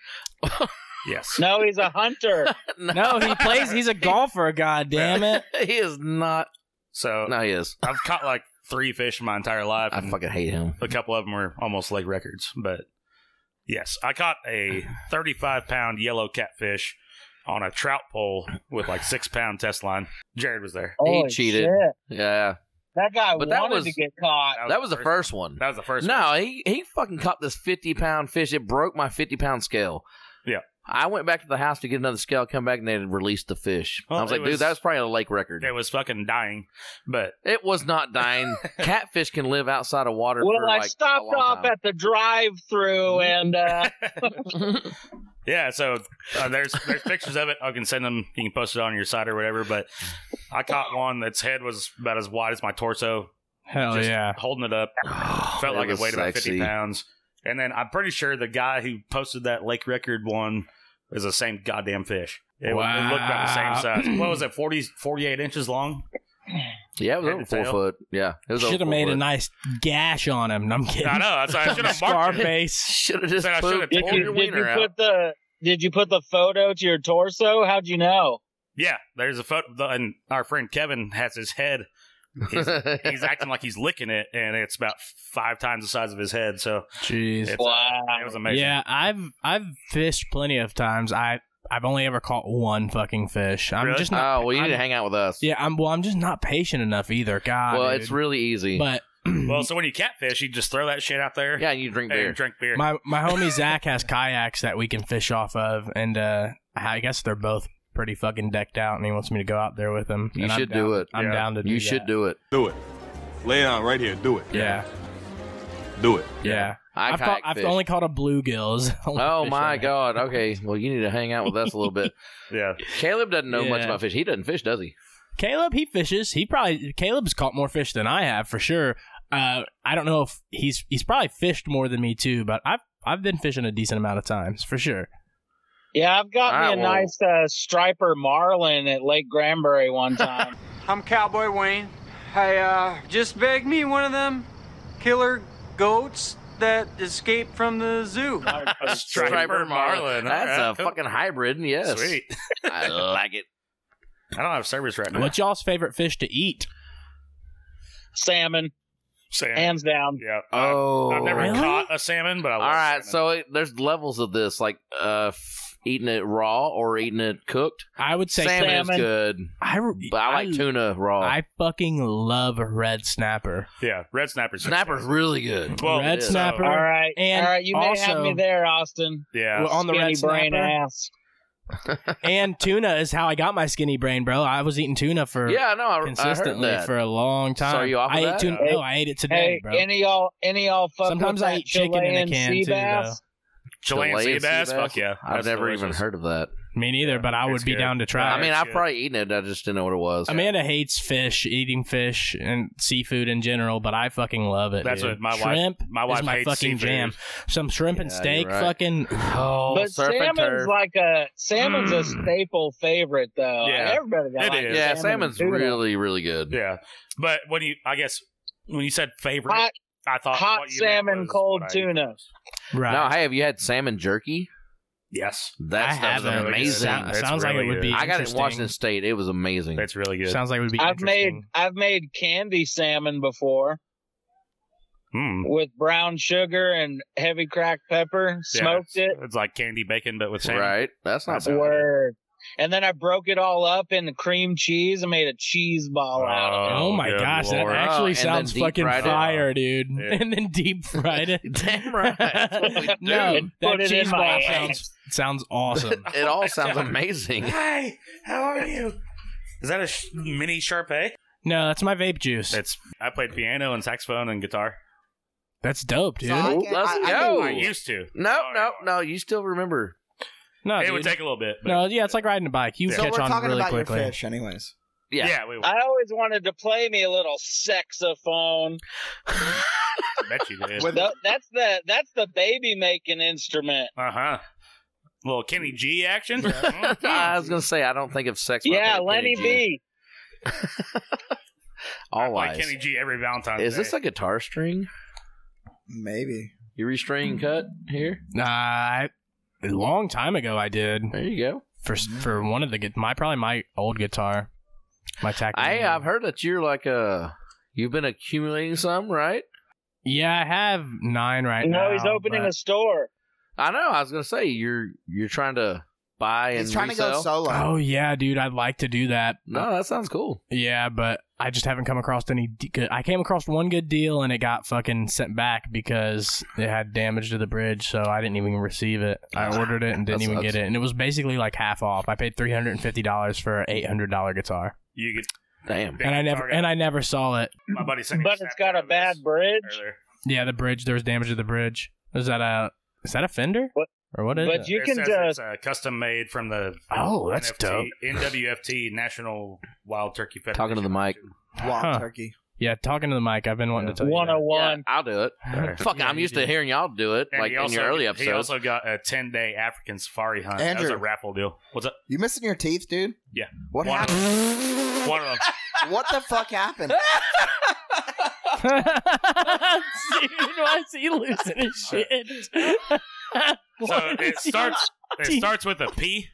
S5: Yes.
S3: No, he's a
S2: (laughs)
S3: hunter.
S1: No,
S5: (laughs)
S1: he plays. He's a golfer. God damn it!
S2: (laughs) he is not.
S5: So
S2: No, he is.
S5: I've caught like three fish in my entire life.
S2: I
S5: and
S2: fucking hate him.
S5: a couple of them were almost like records, but yes, I caught a
S2: (sighs)
S5: 35 pound yellow catfish on a trout pole with like six pound test line. Jared was there.
S3: Holy
S2: cheated.
S3: shit.
S2: Yeah,
S3: That guy
S2: But
S3: wanted
S2: that was-
S3: to get caught.
S2: that was the first one.
S5: That was the first.
S2: No, he he fucking caught this fifty pound fish. It broke my fifty pound scale.
S5: Yeah.
S2: I went back to the house to get another scale. Come back and they had released the fish.
S5: Well,
S2: I was
S5: it
S2: like,
S5: was-
S2: dude, that was probably a lake record.
S5: one. It was fucking dying, but
S2: It was
S5: (laughs)
S2: not dying. Catfish can live outside of water.
S3: Well,
S2: for,
S3: I
S2: like, a
S3: stopped
S2: long
S3: off
S2: time. Mm-hmm.
S3: at the drive-through and
S2: (laughs)
S3: uh,
S5: yeah. So uh, there's there's pictures of it. I can send them. You can post it on your site or whatever. But I caught one that's head was about as wide as my torso,
S1: Hell
S5: Just-
S1: Oh, yeah!
S5: holding it up. (sighs)
S2: (sighs)
S5: felt like it
S2: Oh, was
S5: weighed about 50
S2: sexy.
S5: pounds. And then I'm pretty sure the guy who posted that lake record one is the same goddamn fish. It, wa- it looked about the same
S1: Wow.
S5: size. What was it, 40, 48
S1: (laughs)
S5: inches long?
S2: Yeah, it was
S5: Head
S2: over
S5: to
S2: four
S5: tail.
S2: foot. Yeah, it was.
S1: Should have made a
S2: (laughs)
S1: nice gash on him. No, I'm kidding.
S5: I know. That's why I should have marked it.
S1: Scarface.
S2: Should have just
S5: Said I
S2: put
S5: should've
S3: did
S5: Pull
S3: you,
S2: your
S3: did you
S2: wiener out.
S3: put the did you put the photo to your torso? How'd you know?
S5: Yeah, there's a photo. the- And our friend Kevin has his head.
S2: (laughs)
S5: He's, he's acting like he's licking it, and it's about five times the size of his head. So
S1: Jeez.
S5: it's,
S3: Wow.
S5: it was amazing.
S1: Yeah, I've I've fished plenty of times. I I've only ever caught one fucking fish. I'm
S5: Really?
S1: just not.
S2: Oh well, you need to
S1: I'm-
S2: hang out with us.
S1: Yeah, I'm. Well, I'm just not patient enough either. God.
S2: well,
S1: dude.
S2: it's really easy.
S1: But (clears throat)
S5: Well, so when you catfish, you just throw that shit out there
S2: yeah, you drink
S5: and
S2: beer.
S5: drink beer.
S1: my my homie Zach has kayaks that we can fish off of, and uh, I guess they're both pretty fucking decked out, and he wants me to go out there with him.
S2: You
S1: and I'm
S2: should
S1: down-
S2: do it.
S1: I'm
S5: Yeah.
S1: down to do
S2: You should
S1: that.
S2: do it.
S7: Do it. Lay down right here. Do it.
S1: Yeah,
S7: Do it.
S1: yeah.
S2: I
S1: I've, caught,
S2: kayak
S1: I've
S2: fish.
S1: only caught a bluegill. is the (laughs) only
S2: Oh
S1: fish
S2: my
S1: I-
S2: god. Okay. Well, you need to hang out with us a little
S1: (laughs)
S2: bit.
S5: yeah.
S2: Caleb doesn't know much
S1: Yeah.
S2: about fish. He doesn't fish, does he?
S1: Caleb, he fishes. He probably Caleb's caught more fish than I have for sure. Uh, I don't know if he's he's probably fished more than me too, but I've I've been fishing a decent amount of times for sure.
S3: Yeah, I've got
S2: All right,
S3: me a
S2: well-
S3: nice uh, striper marlin at Lake Granbury one time.
S8: I'm Cowboy Wayne. Hey, uh, just beg me one of them killer goats that escaped from the zoo.
S5: A
S2: (laughs)
S5: striper, marlin.
S1: (laughs)
S5: All
S2: That's
S5: right,
S2: a
S5: cool.
S2: fucking hybrid. Yes.
S5: Sweet.
S2: I like it.
S5: I don't have service right now.
S1: What's y'all's favorite fish to eat?
S3: Salmon,
S5: Salmon.
S3: hands down.
S5: yeah.
S2: Oh,
S5: I've never
S1: Really?
S5: caught a salmon, but I love
S2: All right,
S5: salmon.
S2: so it, there's levels of this, like uh, f- eating it raw or eating it cooked.
S1: I would say
S2: salmon, is
S3: salmon.
S2: good,
S1: I,
S2: but I like tuna raw.
S1: I fucking love red snapper.
S5: yeah, red snappers.
S2: Snapper's really good.
S5: Well,
S1: red
S2: it is.
S1: snapper.
S3: All right,
S1: And
S3: all right, you may have
S1: also-
S3: me there, Austin.
S5: Yeah,
S1: Well, on the
S3: Skinny
S1: red
S3: brain
S1: snapper.
S3: ass.
S1: and tuna is how I got my skinny brain, bro. I was eating tuna for
S2: Yeah, no, I, I heard
S1: consistently
S2: that.
S1: for a long time.
S2: So are you off
S1: I
S2: of
S1: ate
S2: that?
S1: tuna.
S3: Hey-
S1: No, I ate it today,
S3: Hey,
S1: bro.
S3: any y'all, any y'all fuck
S1: Sometimes
S3: with
S1: I
S3: that
S1: eat chicken in a
S3: Chilean
S1: can,
S3: sea
S1: too,
S3: bass?
S5: Chilean sea bass. Fuck yeah,
S2: I've
S5: That's
S2: never even
S5: delicious.
S2: heard of that.
S1: Me neither, but I
S5: It's
S1: would be
S5: good.
S1: down to try.
S2: I
S1: it.
S2: mean,
S5: it's
S2: I've
S5: good.
S2: probably eaten it. I just didn't know what it was.
S1: Amanda hates fish, eating fish and seafood in general, but I fucking love it.
S5: That's
S1: dude.
S5: what my wife-
S1: shrimp
S5: My wife
S1: is my
S5: hates
S1: fucking
S5: seafood.
S1: jam. Some shrimp and
S2: Yeah,
S1: steak,
S2: you're right.
S1: fucking.
S2: oh,
S3: but
S2: surf and
S3: salmon's
S2: turf.
S3: like a salmon's a staple favorite though.
S5: Yeah.
S3: everybody got
S5: It
S3: like
S5: is.
S2: yeah,
S3: salmon
S2: salmon's
S3: and tuna.
S2: really, really good.
S5: Yeah, but when you, I guess when you said favorite,
S3: hot.
S5: I thought
S3: hot
S5: what you meant
S3: salmon,
S5: was
S3: cold
S5: what I eat
S3: tuna.
S5: the most.
S1: Right.
S2: No, hey, have you had salmon jerky?
S5: Yes,
S2: That
S1: I
S2: stuff's
S1: haven't.
S5: It's
S2: amazing.
S1: Sound-
S5: It's
S1: sounds like
S5: really
S1: it would be.
S5: good.
S2: I got it in
S1: interesting.
S2: Washington State. It was amazing.
S5: that's really good.
S1: Sounds like it would be.
S3: I've made
S1: interesting.
S3: I've made candy salmon before
S5: Mm.
S3: with brown sugar and heavy cracked pepper.
S5: Yeah,
S3: Smoked
S5: it's-
S3: it.
S5: It's like candy bacon, but with salmon.
S2: Right? That's not
S5: That's
S2: bad.
S3: Word. And then I broke it all up into cream cheese and made a cheese ball out of it.
S1: Oh, my
S5: good
S1: gosh, (laughs)
S5: lord.
S1: that
S2: Oh,
S1: actually
S2: and then
S1: sounds
S2: deep
S1: fucking
S2: fried it.
S1: fire, dude.
S5: Yeah.
S1: (laughs) And then deep fried it.
S2: (laughs)
S1: (laughs)
S5: (laughs)
S2: Damn right. (laughs)
S1: no,
S3: Dude,
S1: that
S3: put it in
S1: cheese
S3: my
S1: ball
S3: ass.
S1: sounds sounds awesome.
S2: it all
S5: (laughs)
S2: sounds amazing.
S5: Hi, how are you? Is that a sh- mini Sharpay?
S1: no, that's my vape juice.
S5: It's. I played piano and saxophone and guitar.
S1: That's dope, dude.
S4: So I
S2: Ooh,
S4: can-
S2: let's
S4: I- I can-
S2: go.
S5: I used to.
S2: (laughs) No,
S5: Sorry.
S2: no, no. You still remember? (laughs)
S1: No,
S5: It
S1: dude.
S5: would take a little bit. But
S1: no, yeah, it's like riding a bike. You
S5: Yeah.
S4: So
S1: catch
S4: we're
S1: on
S4: talking
S1: really
S4: about
S1: quickly.
S4: your fish, anyways.
S5: yeah, we
S3: I always wanted to play me a little saxophone.
S5: bet you
S3: (laughs)
S5: did.
S4: With-
S3: Th- That's the that's the baby making instrument.
S5: Uh huh. Little Kenny G action. Mm-hmm.
S2: (laughs) I was gonna say I don't think of sex. when I
S3: yeah,
S2: think of
S3: Lenny
S2: Kenny G.
S3: B.
S2: All
S5: like
S2: eyes.
S5: Kenny G every Valentine's.
S2: Is this
S5: Day.
S2: a guitar string?
S4: Maybe.
S2: You restring cut here.
S1: Uh, I- a long time ago, I did
S2: There you go.
S1: for s for one of the gu- my probably my old guitar, my tactical.
S2: Hey, I've heard that you're like a. You've been accumulating some, right?
S1: Yeah, I have nine right now.
S3: no, he's opening
S1: but-
S3: a store.
S2: I know. I was gonna say you're you're trying to buy and
S4: He's trying
S2: resell.
S4: to go solo.
S1: Oh yeah, dude, I'd like to do that.
S2: No, that sounds cool.
S1: Yeah, but I just haven't come across any d- good. I came across one good deal and it got fucking sent back because it had damage to the bridge, so I didn't even receive it. I ordered it and didn't
S2: Ah, That
S1: even
S2: sucks.
S1: get it, and it was basically like half off. I paid three hundred and fifty dollars for an eight hundred dollar guitar,
S5: You could.
S2: Damn.
S1: and I never and I never saw it.
S5: My buddy sent me
S3: But it's got
S5: Snapchat
S3: a
S5: of
S3: bad
S5: this
S3: bridge.
S5: earlier.
S1: Yeah, the bridge. There was damage to the bridge. Is that a is that a fender
S3: What-
S1: or what is
S3: but
S1: it?
S3: you
S5: It
S3: can
S5: says
S3: just
S5: it's uh, custom made from the
S1: oh, that's
S5: NFT,
S1: dope.
S5: NWFT National Wild Turkey Federation.
S2: Talking to the mic.
S4: Wild
S1: Huh.
S4: turkey.
S1: Yeah, talking to the mic. I've been wanting to tell you. that. (laughs)
S3: 101.
S2: Yeah, I'll do it.
S5: Alright.
S2: Fuck,
S1: Yeah,
S2: I'm
S1: you
S2: used
S1: do.
S2: to hearing y'all do it,
S5: And
S2: like
S5: he
S2: in
S5: also-
S2: your early
S5: He
S2: episodes.
S5: also got a 10 day African safari hunt. That was a
S4: Andrew.
S5: raffle deal. What's up?
S4: You missing your teeth, dude?
S5: Yeah.
S4: What
S5: One of
S4: happened?
S5: them. (laughs) One
S4: (laughs)
S5: of them.
S4: what
S1: (laughs)
S4: the fuck happened?
S1: Dude, why is he losing (laughs) his shit?
S5: So
S4: (laughs)
S5: it starts, it starts with a P.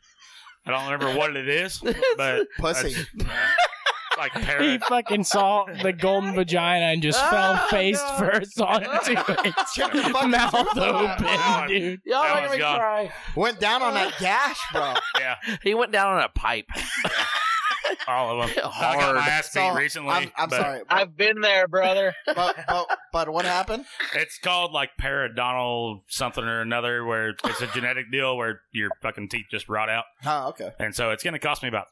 S5: I don't remember what it
S4: (laughs)
S5: is, but
S4: Pussy.
S5: that's, uh, like
S1: (laughs) He
S4: (laughs)
S5: parrot.
S1: fucking saw the golden vagina and just fell
S2: Ah,
S1: face
S2: no.
S1: first onto it.
S4: (laughs) Shut the fuck
S1: (laughs)
S4: up.
S1: Mouth
S5: God.
S1: open, dude.
S2: Y'all
S5: That
S2: making
S5: one's
S2: me
S5: gone.
S2: cry.
S4: Went down on that gash, bro.
S5: Yeah,
S2: He went down on a pipe.
S5: all of them. (laughs) I got
S2: Hard.
S5: my ass beat
S4: So,
S5: recently.
S4: I'm, I'm
S5: but
S4: sorry. But,
S3: I've been there, brother.
S4: but, but, but what happened?
S5: It's called like parodontal something or another, where it's a genetic deal where your fucking teeth just rot out.
S4: Oh, okay.
S5: And so it's going to cost me about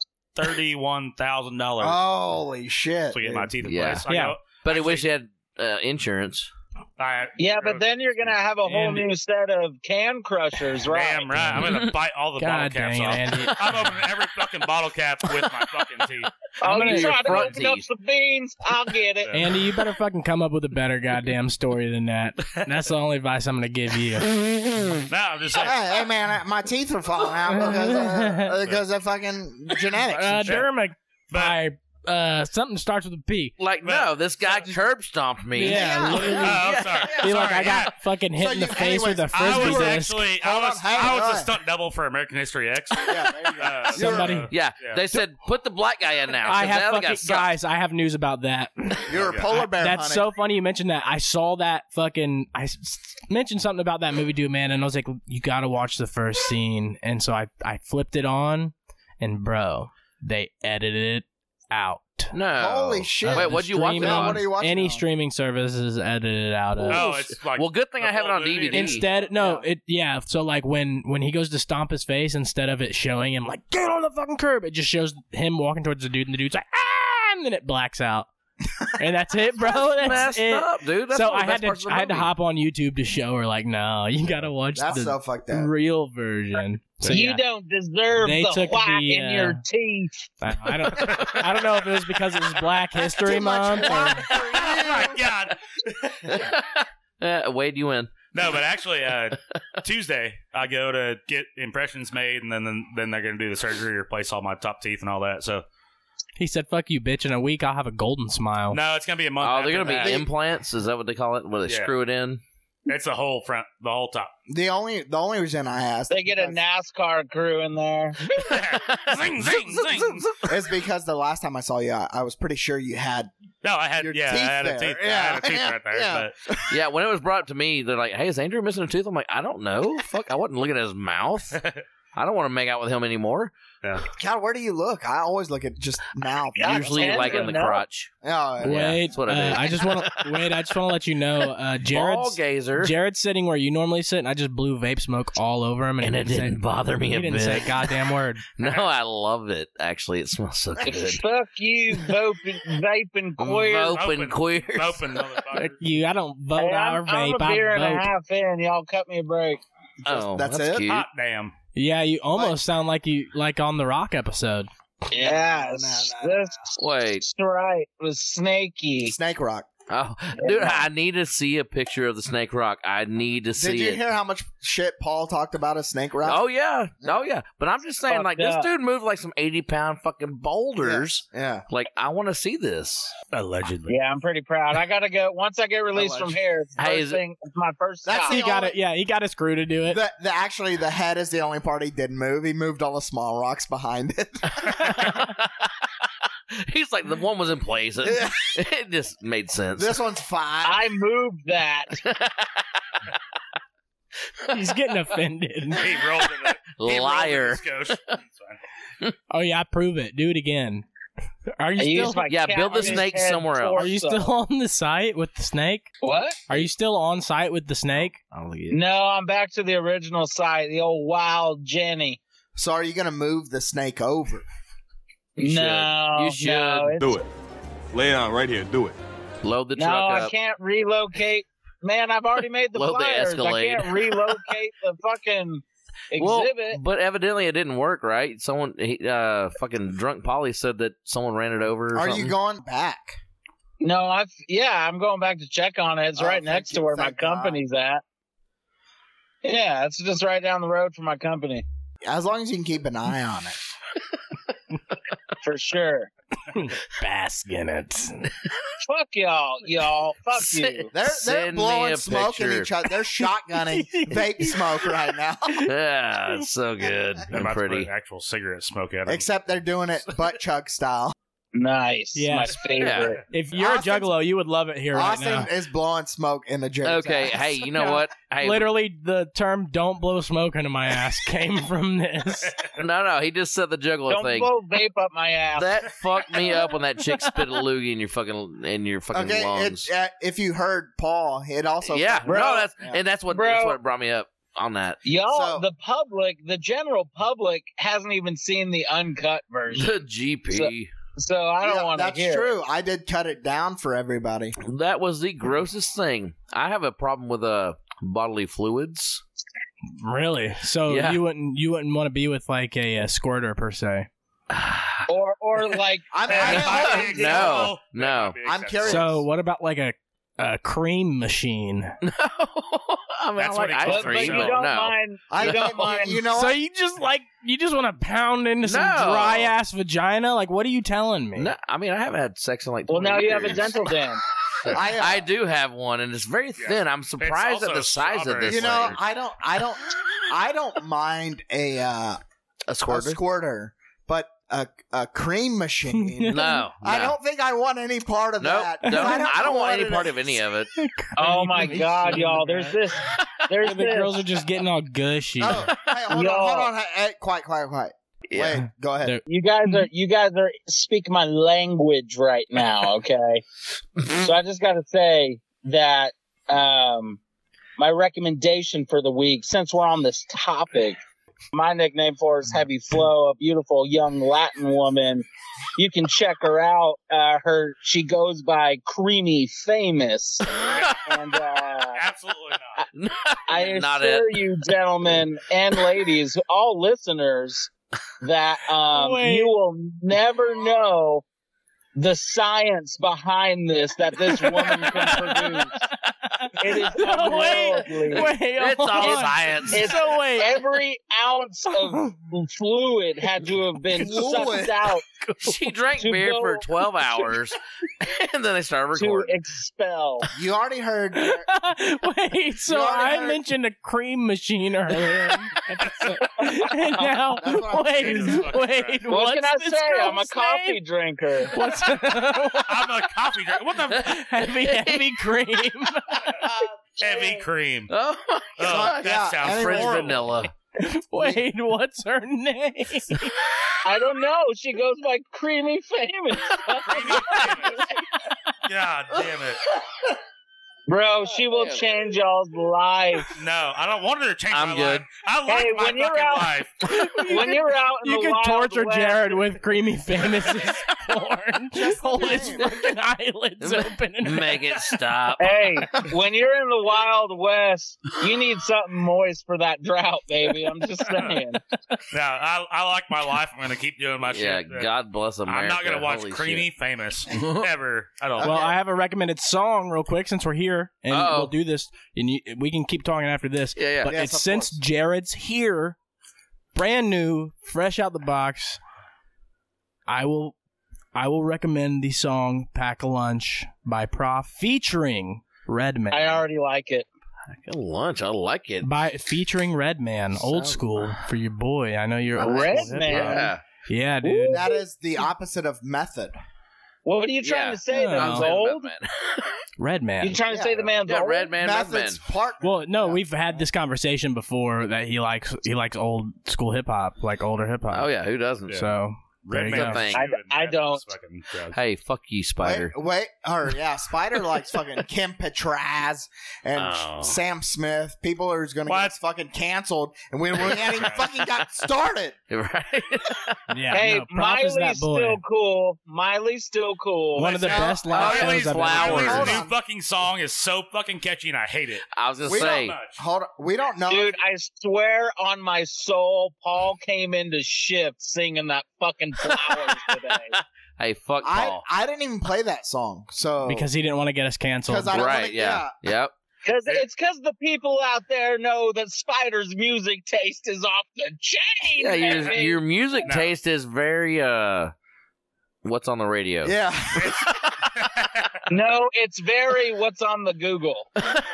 S5: $31,000
S4: Holy Oh, shit.
S5: to get
S4: (laughs)
S5: my
S4: dude.
S5: teeth in
S2: Yeah.
S5: place. I
S1: Yeah.
S5: go-
S2: But he wished he had uh, insurance.
S5: I,
S3: Yeah, but then you're gonna have a whole
S1: And-
S3: new set of can crushers, right?
S5: Damn right. I'm gonna bite all the bottle
S1: God
S5: caps
S1: dang it,
S5: off.
S1: Andy.
S5: (laughs) I'm opening every fucking bottle cap with my fucking teeth.
S3: Oh,
S2: gonna
S3: you
S2: do your
S3: trying to
S2: front
S3: open up
S2: teeth.
S3: the beans? I'll
S1: (laughs)
S3: get it.
S1: (laughs) Andy, you better fucking come up with a better goddamn story than that. That's the only advice I'm gonna give you.
S5: No, I'm just like,
S4: Hey, hey, man, I- my teeth are falling out because of, because of uh, fucking genetics.
S1: Uh,
S4: and shit.
S1: derma
S5: but
S1: by uh, something starts with a P.
S2: Like, no, this guy curb stomped me.
S1: Yeah,
S5: Oh,
S1: literally.
S5: I'm sorry.
S1: Be like,
S5: Sorry,
S1: I got
S4: (laughs)
S1: fucking hit
S4: So
S1: in the
S4: you-
S1: face with a
S4: anyways,
S5: I
S1: frisbee
S5: was
S1: disc.
S5: actually I
S4: Hold
S5: was
S4: on, hang
S5: I was
S4: on.
S5: a stunt double for American History
S4: (laughs)
S5: X.
S4: Yeah, there you go.
S5: Uh,
S1: Somebody-
S5: uh,
S2: Yeah,
S5: Yeah.
S2: they said put the black guy in now.
S1: I
S2: 'cause
S1: have
S2: that other guy
S1: fucking
S2: sucked."
S1: guys. I have news about that.
S4: You're a
S5: Yeah,
S4: polar bear.
S1: That's
S4: hunter.
S1: so funny you mentioned that. I saw that fucking. I s- s- mentioned something about that movie, dude, man, and I was like, you gotta watch the first scene. And so I I flipped it on, and bro, they edited it out.
S2: No,
S4: Holy shit.
S2: Wait, what'd you watch it
S1: Streaming-
S4: Now, what
S2: on?
S4: are you watching?
S1: Any
S4: on?
S1: streaming services edited it out of.
S5: Oh, it's like
S2: well, good thing
S5: the
S2: I have it
S5: full
S2: on
S5: movie.
S2: DVD.
S1: Instead, no, it yeah. So like when when he goes to stomp his face, instead of it showing him like get on the fucking curb, it just shows him walking towards the dude, and the dude's like ah, and then it blacks out, and that's it, bro. That's,
S2: messed
S1: it.
S2: up, dude. That's
S1: so
S2: one of
S1: I
S2: the
S1: had
S2: best
S1: to
S2: parts of the
S1: I had to
S2: movie.
S1: hop on YouTube to show her like no, you gotta watch
S4: That's
S1: the
S4: so fucked up.
S1: real version. So
S3: you
S1: yeah,
S3: don't deserve
S1: They
S3: the
S1: took
S3: white
S1: the,
S3: in
S1: uh,
S3: your teeth.
S1: I, I (laughs) don't I don't know if it was because it was Black History
S4: Too much
S1: Month. Or,
S4: wine for you.
S5: (laughs) Oh my god.
S2: (laughs) Uh, Wade, you win.
S5: No, but actually, uh, Tuesday I go to get impressions made, and then then, then they're going to do the surgery, replace all my top teeth and all that. So
S1: he said, "Fuck you, bitch." In a week, I'll have a golden smile.
S5: no, it's going to be a month.
S2: Oh, they're
S5: going
S2: gonna
S5: to
S2: be implants. Is that what they call it? Where they
S5: Yeah.
S2: screw
S1: (laughs)
S2: it in?
S5: It's the whole front, the whole top.
S4: The only the only reason I asked
S3: They get a
S4: because-
S3: NASCAR crew in there.
S5: zing, zing,
S4: (laughs)
S5: zing.
S4: is because the last time I saw you, I, I was pretty sure you had
S5: No, I had
S4: Your
S5: yeah, I
S4: teeth
S5: had a
S4: there.
S5: teeth, I had a
S4: Yeah.
S5: teeth right there.
S4: Yeah.
S5: But
S2: Yeah, when it was brought up to me, they're like, "Hey, is Andrew missing a tooth?" I'm like, "I don't know. Fuck, I wasn't looking at his mouth. I don't want to make out with him anymore.
S4: God. Where do you look? I always look at just mouth.
S3: God,
S2: Usually,
S3: Andrew,
S2: like in the
S3: no.
S2: crotch.
S4: Oh,
S2: Yeah,
S1: Wait,
S2: that's what I
S1: uh,
S2: do.
S1: I just want to wait. I just want to let you know, uh,
S2: Ball
S1: Jared's
S2: gazer,
S1: Jared's sitting where you normally sit, and I just blew vape smoke all over him, and,
S2: and
S1: he
S2: it didn't
S1: say,
S2: bother me
S1: He
S2: a
S1: didn't
S2: bit.
S1: say
S2: (laughs)
S1: a goddamn word.
S2: no, I love it. Actually, it smells so good.
S3: Fuck you, vaping, vaping (laughs) queer.
S2: Open
S5: Open.
S2: queer. (laughs)
S5: open motherfucker.
S1: Fuck you, I don't vote
S3: Hey,
S1: our
S3: I'm, I'm
S1: vape.
S3: a
S1: I
S3: beer and a
S1: vote.
S3: half in. Y'all cut me a break.
S2: Oh,
S4: That's
S2: that's,
S4: it?
S2: cute.
S5: Hot damn.
S1: Yeah, you almost sound like you like on the Rock episode.
S3: Yes,
S4: no, no, no.
S3: that's
S2: Wait.
S3: right. It was snaky.
S4: Snake Rock.
S2: Oh, dude, I need to see a picture of the snake rock. I need to see
S4: Did you
S2: it.
S4: hear how much shit Paul talked about a Snake Rock?
S2: Oh yeah, oh yeah. But I'm just saying,
S3: Fucked
S2: like this
S3: up.
S2: dude moved like some 80 pound fucking boulders.
S4: Yeah.
S2: Like I want to see this.
S5: Allegedly.
S3: Yeah, I'm pretty proud. I gotta go. Once I get released from here, it's, the
S2: Hey,
S3: first
S2: is it-
S3: thing, it's my first
S4: That's
S3: stop.
S4: the
S1: He got
S4: only-
S1: it. Yeah, he got his crew to do
S3: (laughs)
S1: it.
S4: The, the actually the head is the only part he didn't move. He moved all the small rocks behind it. (laughs)
S2: (laughs) He's like the one was
S4: (laughs)
S2: in place. It, it just made sense. (laughs)
S4: this one's fine.
S3: I moved that.
S1: He's getting offended.
S5: He rolled in the he rolled in
S2: Liar.
S5: the skosh. It's fine.
S1: Oh yeah, prove it. Do it again. Are
S3: I
S1: you
S2: (laughs)
S3: used
S1: still?
S3: my
S2: yeah, build the
S3: cavernous
S2: snake
S3: head
S2: somewhere else.
S1: Are you
S3: torso.
S1: still on the site with the snake?
S3: What?
S1: Are you still on site with the snake?
S2: I don't think it-
S3: No, I'm back to the original site, the old Wild Jenny.
S4: So are you gonna move the snake over?
S2: You
S3: no,
S2: should. You should
S3: no, it's-
S7: Do it. Lay down right here. Do it.
S2: load the
S3: no,
S2: truck
S3: I
S2: up.
S3: can't relocate. Man, I've already
S2: (laughs)
S3: made the
S2: Load the
S3: flyers. I
S2: Escalade. (laughs)
S3: can't relocate the fucking
S2: Well,
S3: exhibit.
S2: but evidently it didn't work, right? Someone, he, uh, fucking drunk Polly said that someone ran it over. Or
S4: Are
S2: something.
S4: you going back?
S3: No, I've yeah, I'm going back to check on it. It's
S4: Oh,
S3: right
S4: thank
S3: next to
S4: you.
S3: where my
S4: Thank God.
S3: company's at. Yeah, it's just right down the road from my company
S4: As long as you can keep an eye on it.
S2: (laughs)
S3: for sure.
S1: Bask in it.
S3: Fuck y'all, y'all. Fuck you.
S4: They're they're
S2: Send me
S4: blowing
S2: a
S4: smoke at
S2: picture.
S4: each other. They're
S2: (laughs)
S4: shotgunning vape smoke right now.
S2: Yeah, it's
S4: (laughs)
S2: so good
S5: I'm
S2: and
S5: about to put
S2: pretty.
S5: actual cigarette smoke out of it.
S4: Except they're doing it butt chug style.
S3: Nice.
S1: Yeah.
S3: My favorite.
S1: If you're
S4: Austin's-
S1: a juggalo, you would love it here (laughs)
S4: Austin
S1: right now.
S4: is blowing smoke in the jerk.
S2: Okay, hey, you know what? Hey,
S1: Literally, the term "don't blow smoke into my
S3: (laughs)
S1: ass" came from this.
S2: no, no, he just said the juggler
S3: Don't
S2: thing.
S3: blow vape up my ass.
S2: That fucked me up when
S3: (laughs)
S2: that chick spit a loogie in your fucking in your fucking
S4: Okay,
S2: lungs.
S4: it, uh, if you heard Paul, it also
S2: yeah,
S3: Bro.
S2: no, that's
S4: Yeah.
S2: and that's what
S3: Bro.
S2: that's what brought me up on that.
S3: y'all,
S4: So-
S3: the public, the general public hasn't even seen the uncut version,
S2: (laughs) The GP.
S3: so I don't
S4: Yeah,
S3: want to
S4: That's
S3: hear. it.
S4: true. I did cut it down for everybody.
S2: that was the grossest thing. I have a problem with uh bodily fluids. (sighs)
S1: Really? So
S2: Yeah.
S1: you wouldn't you wouldn't want to be with like a, uh squirter per se.
S3: Or, or like
S4: I'm,
S5: Yeah,
S2: (laughs)
S4: I'm,
S5: I-
S4: (laughs)
S2: no, no.
S5: Big
S4: I'm
S5: exception.
S4: curious.
S1: So what about like a a cream machine.
S2: (laughs) I mean,
S5: That's
S2: I like
S5: what it
S2: ice
S5: calls
S3: But, but
S2: cream,
S3: you
S5: so-
S2: but
S3: don't
S2: no.
S3: mind.
S4: I
S3: You don't mind.
S4: You know
S1: So
S4: what?
S1: you just like you just want to pound into some
S2: No.
S1: dry ass vagina? Like, what are you telling me?
S2: No, I mean, I haven't had sex in like.
S3: Well,
S2: 20
S3: now you have a (laughs)
S2: years.
S3: dental dam.
S4: I, uh,
S2: I do have one, and it's very thin. I'm surprised at
S5: also
S2: the size of this.
S4: uh, you know,
S2: thing.
S4: I don't, I don't, I don't mind a uh,
S2: a squirter.
S4: a squirter, but a a cream
S2: no,
S4: machine.
S2: (laughs) no.
S4: I don't think I want any part of
S2: Nope,
S4: that. (laughs)
S2: nope. I don't,
S4: know
S2: want
S4: what
S2: any
S4: it
S2: part
S4: is.
S2: of any of it.
S3: Oh my god, y'all! There's this. There's
S1: The girls
S3: this.
S1: are just getting all gushy.
S4: Oh, hey, hold
S3: Yo.
S4: on, hold on. Hey, hey, quiet, quiet, quiet.
S2: Yeah.
S4: Wait, go ahead.
S1: There-
S3: You guys are you guys are speaking my language right now. Okay, so I just got to say that um, my recommendation for the week, since we're on this topic, my nickname for her is Heavy Flow, a beautiful young Latin woman. You can check her out. Uh, her she goes by Creamy Famous, and. Uh,
S5: Absolutely not.
S3: I
S2: Not
S3: assure you, gentlemen and ladies, all listeners, that um,
S1: Wait.
S3: you will never know the science behind this that this woman can produce. It
S1: (laughs)
S3: is
S1: Wait,
S3: unworldly.
S1: wait,
S2: It's
S1: hold
S2: all
S1: on.
S2: science.
S3: It's-
S1: so wait,
S3: Every ounce
S1: (laughs)
S3: of fluid had to have been
S4: Fluid.
S3: sucked out
S2: (laughs) she drank
S3: To
S2: beer
S3: go-
S2: for 12 hours, (laughs) and then they started
S3: to
S1: (laughs)
S2: recording.
S3: expel.
S4: You already heard.
S1: (laughs) wait. So
S4: You already
S1: I
S4: heard-
S1: mentioned a cream machine earlier,
S4: (laughs)
S1: (laughs) and now
S4: That's
S2: (laughs)
S4: what I'm
S1: wait,
S5: Jesus fucking
S1: wait.
S5: Christ.
S3: What
S1: what's
S3: can I
S1: this
S3: say? I'm a
S1: girl's
S3: coffee
S1: name?
S3: drinker.
S1: What's (laughs)
S5: I'm a coffee drinker. What the f-
S1: heavy (laughs) heavy cream?
S5: heavy cream?
S2: (laughs) oh,
S5: Oh,
S2: my God.
S5: that
S4: yeah, I
S5: sounds
S4: think-
S2: French
S5: horrible.
S2: vanilla.
S1: Wait, what's her (laughs) name?
S3: I don't know. She goes by Creamy
S1: (laughs)
S3: Famous.
S5: Creamy famous. God damn it!
S3: Bro, she will
S2: man.
S3: change y'all's life.
S2: (laughs)
S5: No, I don't want her to change
S2: I'm
S5: my
S2: good.
S5: life. I like
S3: Hey,
S5: my
S3: when
S5: fucking
S3: you're out-
S5: life.
S3: when you're out in
S1: You
S3: the
S1: could
S3: wild
S1: torture
S3: west,
S1: Jared with creamy famous's (laughs) porn. Hold his
S4: name.
S1: fucking (laughs) eyelids open and
S2: Make it stop.
S3: (laughs) (laughs) Hey, when you're in
S2: (laughs)
S3: the wild west, you need something moist for that drought, baby. I'm
S2: (laughs)
S3: just saying.
S5: No, I, I like my life. I'm gonna keep doing my
S2: Yeah,
S5: shit.
S2: God bless America.
S5: I'm not gonna watch
S2: Holy
S5: Creamy
S2: shit. (laughs)
S5: Famous ever at all.
S1: Well, I have a recommended song real quick since we're here, and
S2: Uh-oh.
S1: we'll do this, and you, we can keep talking after this.
S2: Yeah, yeah.
S1: But
S4: Yes,
S1: it's
S4: of
S1: since
S4: course.
S1: Jared's here, brand new, fresh out the box. I will, I will recommend the song "Pack a Lunch" by Prof featuring Redman.
S3: I already like it.
S2: Good lunch. I like it.
S1: by featuring Redman, old
S2: So-
S1: school for your boy. I know you're
S3: A
S1: old school
S3: Redman?
S1: hip hop.
S2: Yeah.
S1: Yeah, dude.
S4: that is the opposite of method.
S3: What are you trying
S2: Yeah.
S3: to say?
S1: Yeah.
S3: That
S2: I'm
S3: he's
S2: saying
S3: old?
S2: Redman.
S3: You
S1: Redman.
S3: trying to say the man's
S2: Yeah,
S3: old?
S2: Red Man, Red Man.
S4: Method's partner.
S1: Well, no,
S4: Yeah.
S1: we've had this conversation before that he likes he likes old school hip hop, like older hip hop.
S2: Oh, yeah. Who doesn't?
S5: Yeah.
S1: So there you go.
S2: Redman. thing.
S3: I- I don't.
S2: Hey, fuck you, Spider.
S4: Wait, wait, or yeah, Spider likes fucking Kim Petras and
S5: Oh.
S4: Sam Smith. People are going to
S5: What?
S4: get us fucking canceled, and we, we ain't even fucking got started.
S2: (laughs) right?
S1: Yeah,
S3: Hey,
S1: no, Prof is that
S3: Miley's
S1: boy.
S3: still cool. Miley's still cool.
S1: One of the
S4: Now,
S1: best live
S4: Miley's
S1: shows I've
S2: Flowers.
S1: ever
S4: Hold
S5: His
S1: heard.
S5: new
S4: on.
S5: fucking song is so fucking catchy, and I hate it.
S2: I was going to
S4: We don't
S2: say.
S5: Much.
S4: Hold on, we don't know.
S3: Dude, I swear on my soul, Paul came into shift singing that fucking flowers
S2: (laughs)
S3: today.
S2: Hey, fuck
S4: I
S2: Paul.
S4: I didn't even play that song, so
S1: Because he didn't want to get us canceled.
S4: Because I don't
S2: right?
S4: wanna-
S2: yeah. Yep.
S3: Cause it's cause the people out there know that Spider's music taste is off the chain.
S2: Yeah. Your
S3: baby.
S2: your music
S5: No.
S2: taste is very uh, what's on the radio?
S4: yeah,
S3: (laughs) no, it's very what's on
S1: (laughs)
S3: the Google.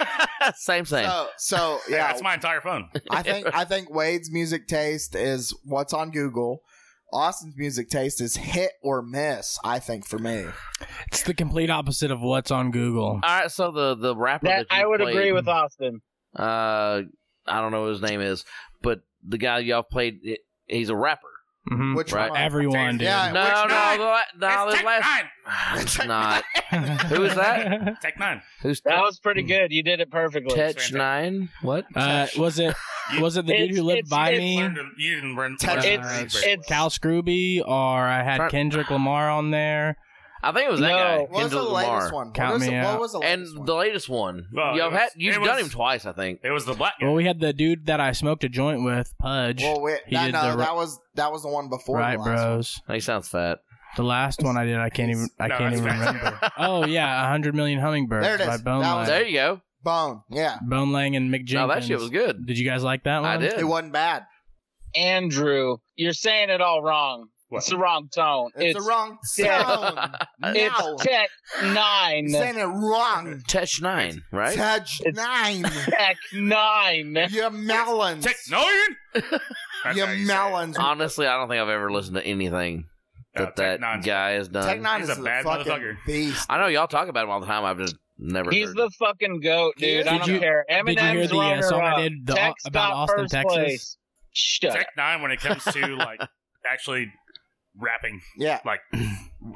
S2: (laughs) same same.
S4: so, so
S5: Yeah,
S4: yeah,
S5: that's my entire phone.
S4: I think I think Wade's music taste is what's on Google. Austin's music taste is hit or miss. I think for me,
S1: It's the complete opposite of what's on Google.
S2: All right. So the the rapper
S3: That
S2: that, you
S3: I would
S2: played,
S3: agree with Austin.
S2: Uh, I don't know what his name is, but the guy y'all played, he- he's a rapper.
S1: Mhm.
S4: which
S2: Right.
S4: one?
S1: Everyone, dude.
S4: Yeah,
S2: No,
S4: which
S2: no,
S5: guy?
S2: no,
S5: it's
S2: no. The
S5: Tech
S2: last.
S5: Nine.
S2: (sighs) It's not. Who is that?
S5: Tech Nine.
S2: Who's
S3: That was pretty
S1: Mm.
S3: good. You did it perfectly.
S2: Tetch Nine? What?
S1: (laughs) Uh, was it was it the dude
S3: It's-
S1: who lived
S3: it's-
S1: by
S3: it's
S1: me?
S5: Learn to, you didn't learn.
S4: Tech-
S5: learn to
S3: It's-
S5: read very well.
S3: it's-
S1: Cal Scrooby, or I had
S2: Try-
S1: Kendrick Lamar on there.
S2: I think it was that
S3: No.
S2: guy.
S4: What was the
S2: Kendrick
S4: latest
S2: Lamar.
S4: one?
S1: Count
S4: what, was,
S1: me
S4: the-
S1: out.
S4: what was the
S2: And
S4: latest one?
S2: the latest one.
S5: Well,
S2: y'all
S5: it was-
S2: had you've
S5: it
S2: done
S5: was-
S2: him twice, I think.
S5: It was the black guy.
S1: Well, we had the dude that I smoked a joint with, Pudge.
S4: Well, wait,
S1: He
S4: that,
S1: did
S4: no,
S1: the-
S4: that was that was the one before.
S1: right,
S4: the last one.
S1: bros.
S2: He sounds fat.
S1: The last one I did, I can't even. I
S5: No,
S1: can't
S5: that's
S1: even
S5: fine.
S2: (laughs)
S1: remember. Oh yeah, hundred million hummingbirds
S4: There it
S1: by
S4: is.
S1: Bone
S4: That
S1: Lang.
S4: was
S2: There you go.
S4: Bone. Yeah.
S1: Bone Lang and Mick
S2: No,
S1: Jenkins.
S2: that shit was good.
S1: Did you guys like that one?
S2: I did.
S4: It wasn't bad.
S3: Andrew, you're saying it all wrong.
S5: What?
S3: It's the wrong tone.
S4: It's, the
S5: (laughs)
S4: wrong sound. no.
S3: It's Tech
S1: (laughs)
S3: Nine.
S4: You're saying it wrong.
S2: Touch nine, right?
S4: Touch
S5: (laughs)
S3: It's-
S4: nine.
S3: Tech Nine.
S4: Your melons.
S5: Tech Nine.
S4: (laughs)
S5: That's
S4: Your
S5: how you say it.
S4: melons.
S2: Honestly, I don't think I've ever listened to anything
S5: No, Uh,
S2: that
S5: Tech
S2: that
S5: Nine's-
S2: guy has done.
S4: Tech Nine
S5: He's
S4: is
S5: a
S4: a
S5: bad
S4: fucking
S5: motherfucker.
S4: beast.
S2: I know y'all talk about him all the time. I've just never.
S3: He's
S2: heard
S3: the fucking goat, dude.
S4: Did
S3: I don't
S1: you-
S3: care.
S1: you
S3: Eminem's
S1: hear the, uh,
S3: runner
S1: song I
S3: up.
S1: did, the-
S3: Tech's
S1: about
S3: got
S1: Austin,
S3: first
S1: Texas?
S3: Place. Shut
S5: Tech Nine when it comes to like actually rapping.
S4: Yeah. (laughs)
S5: Like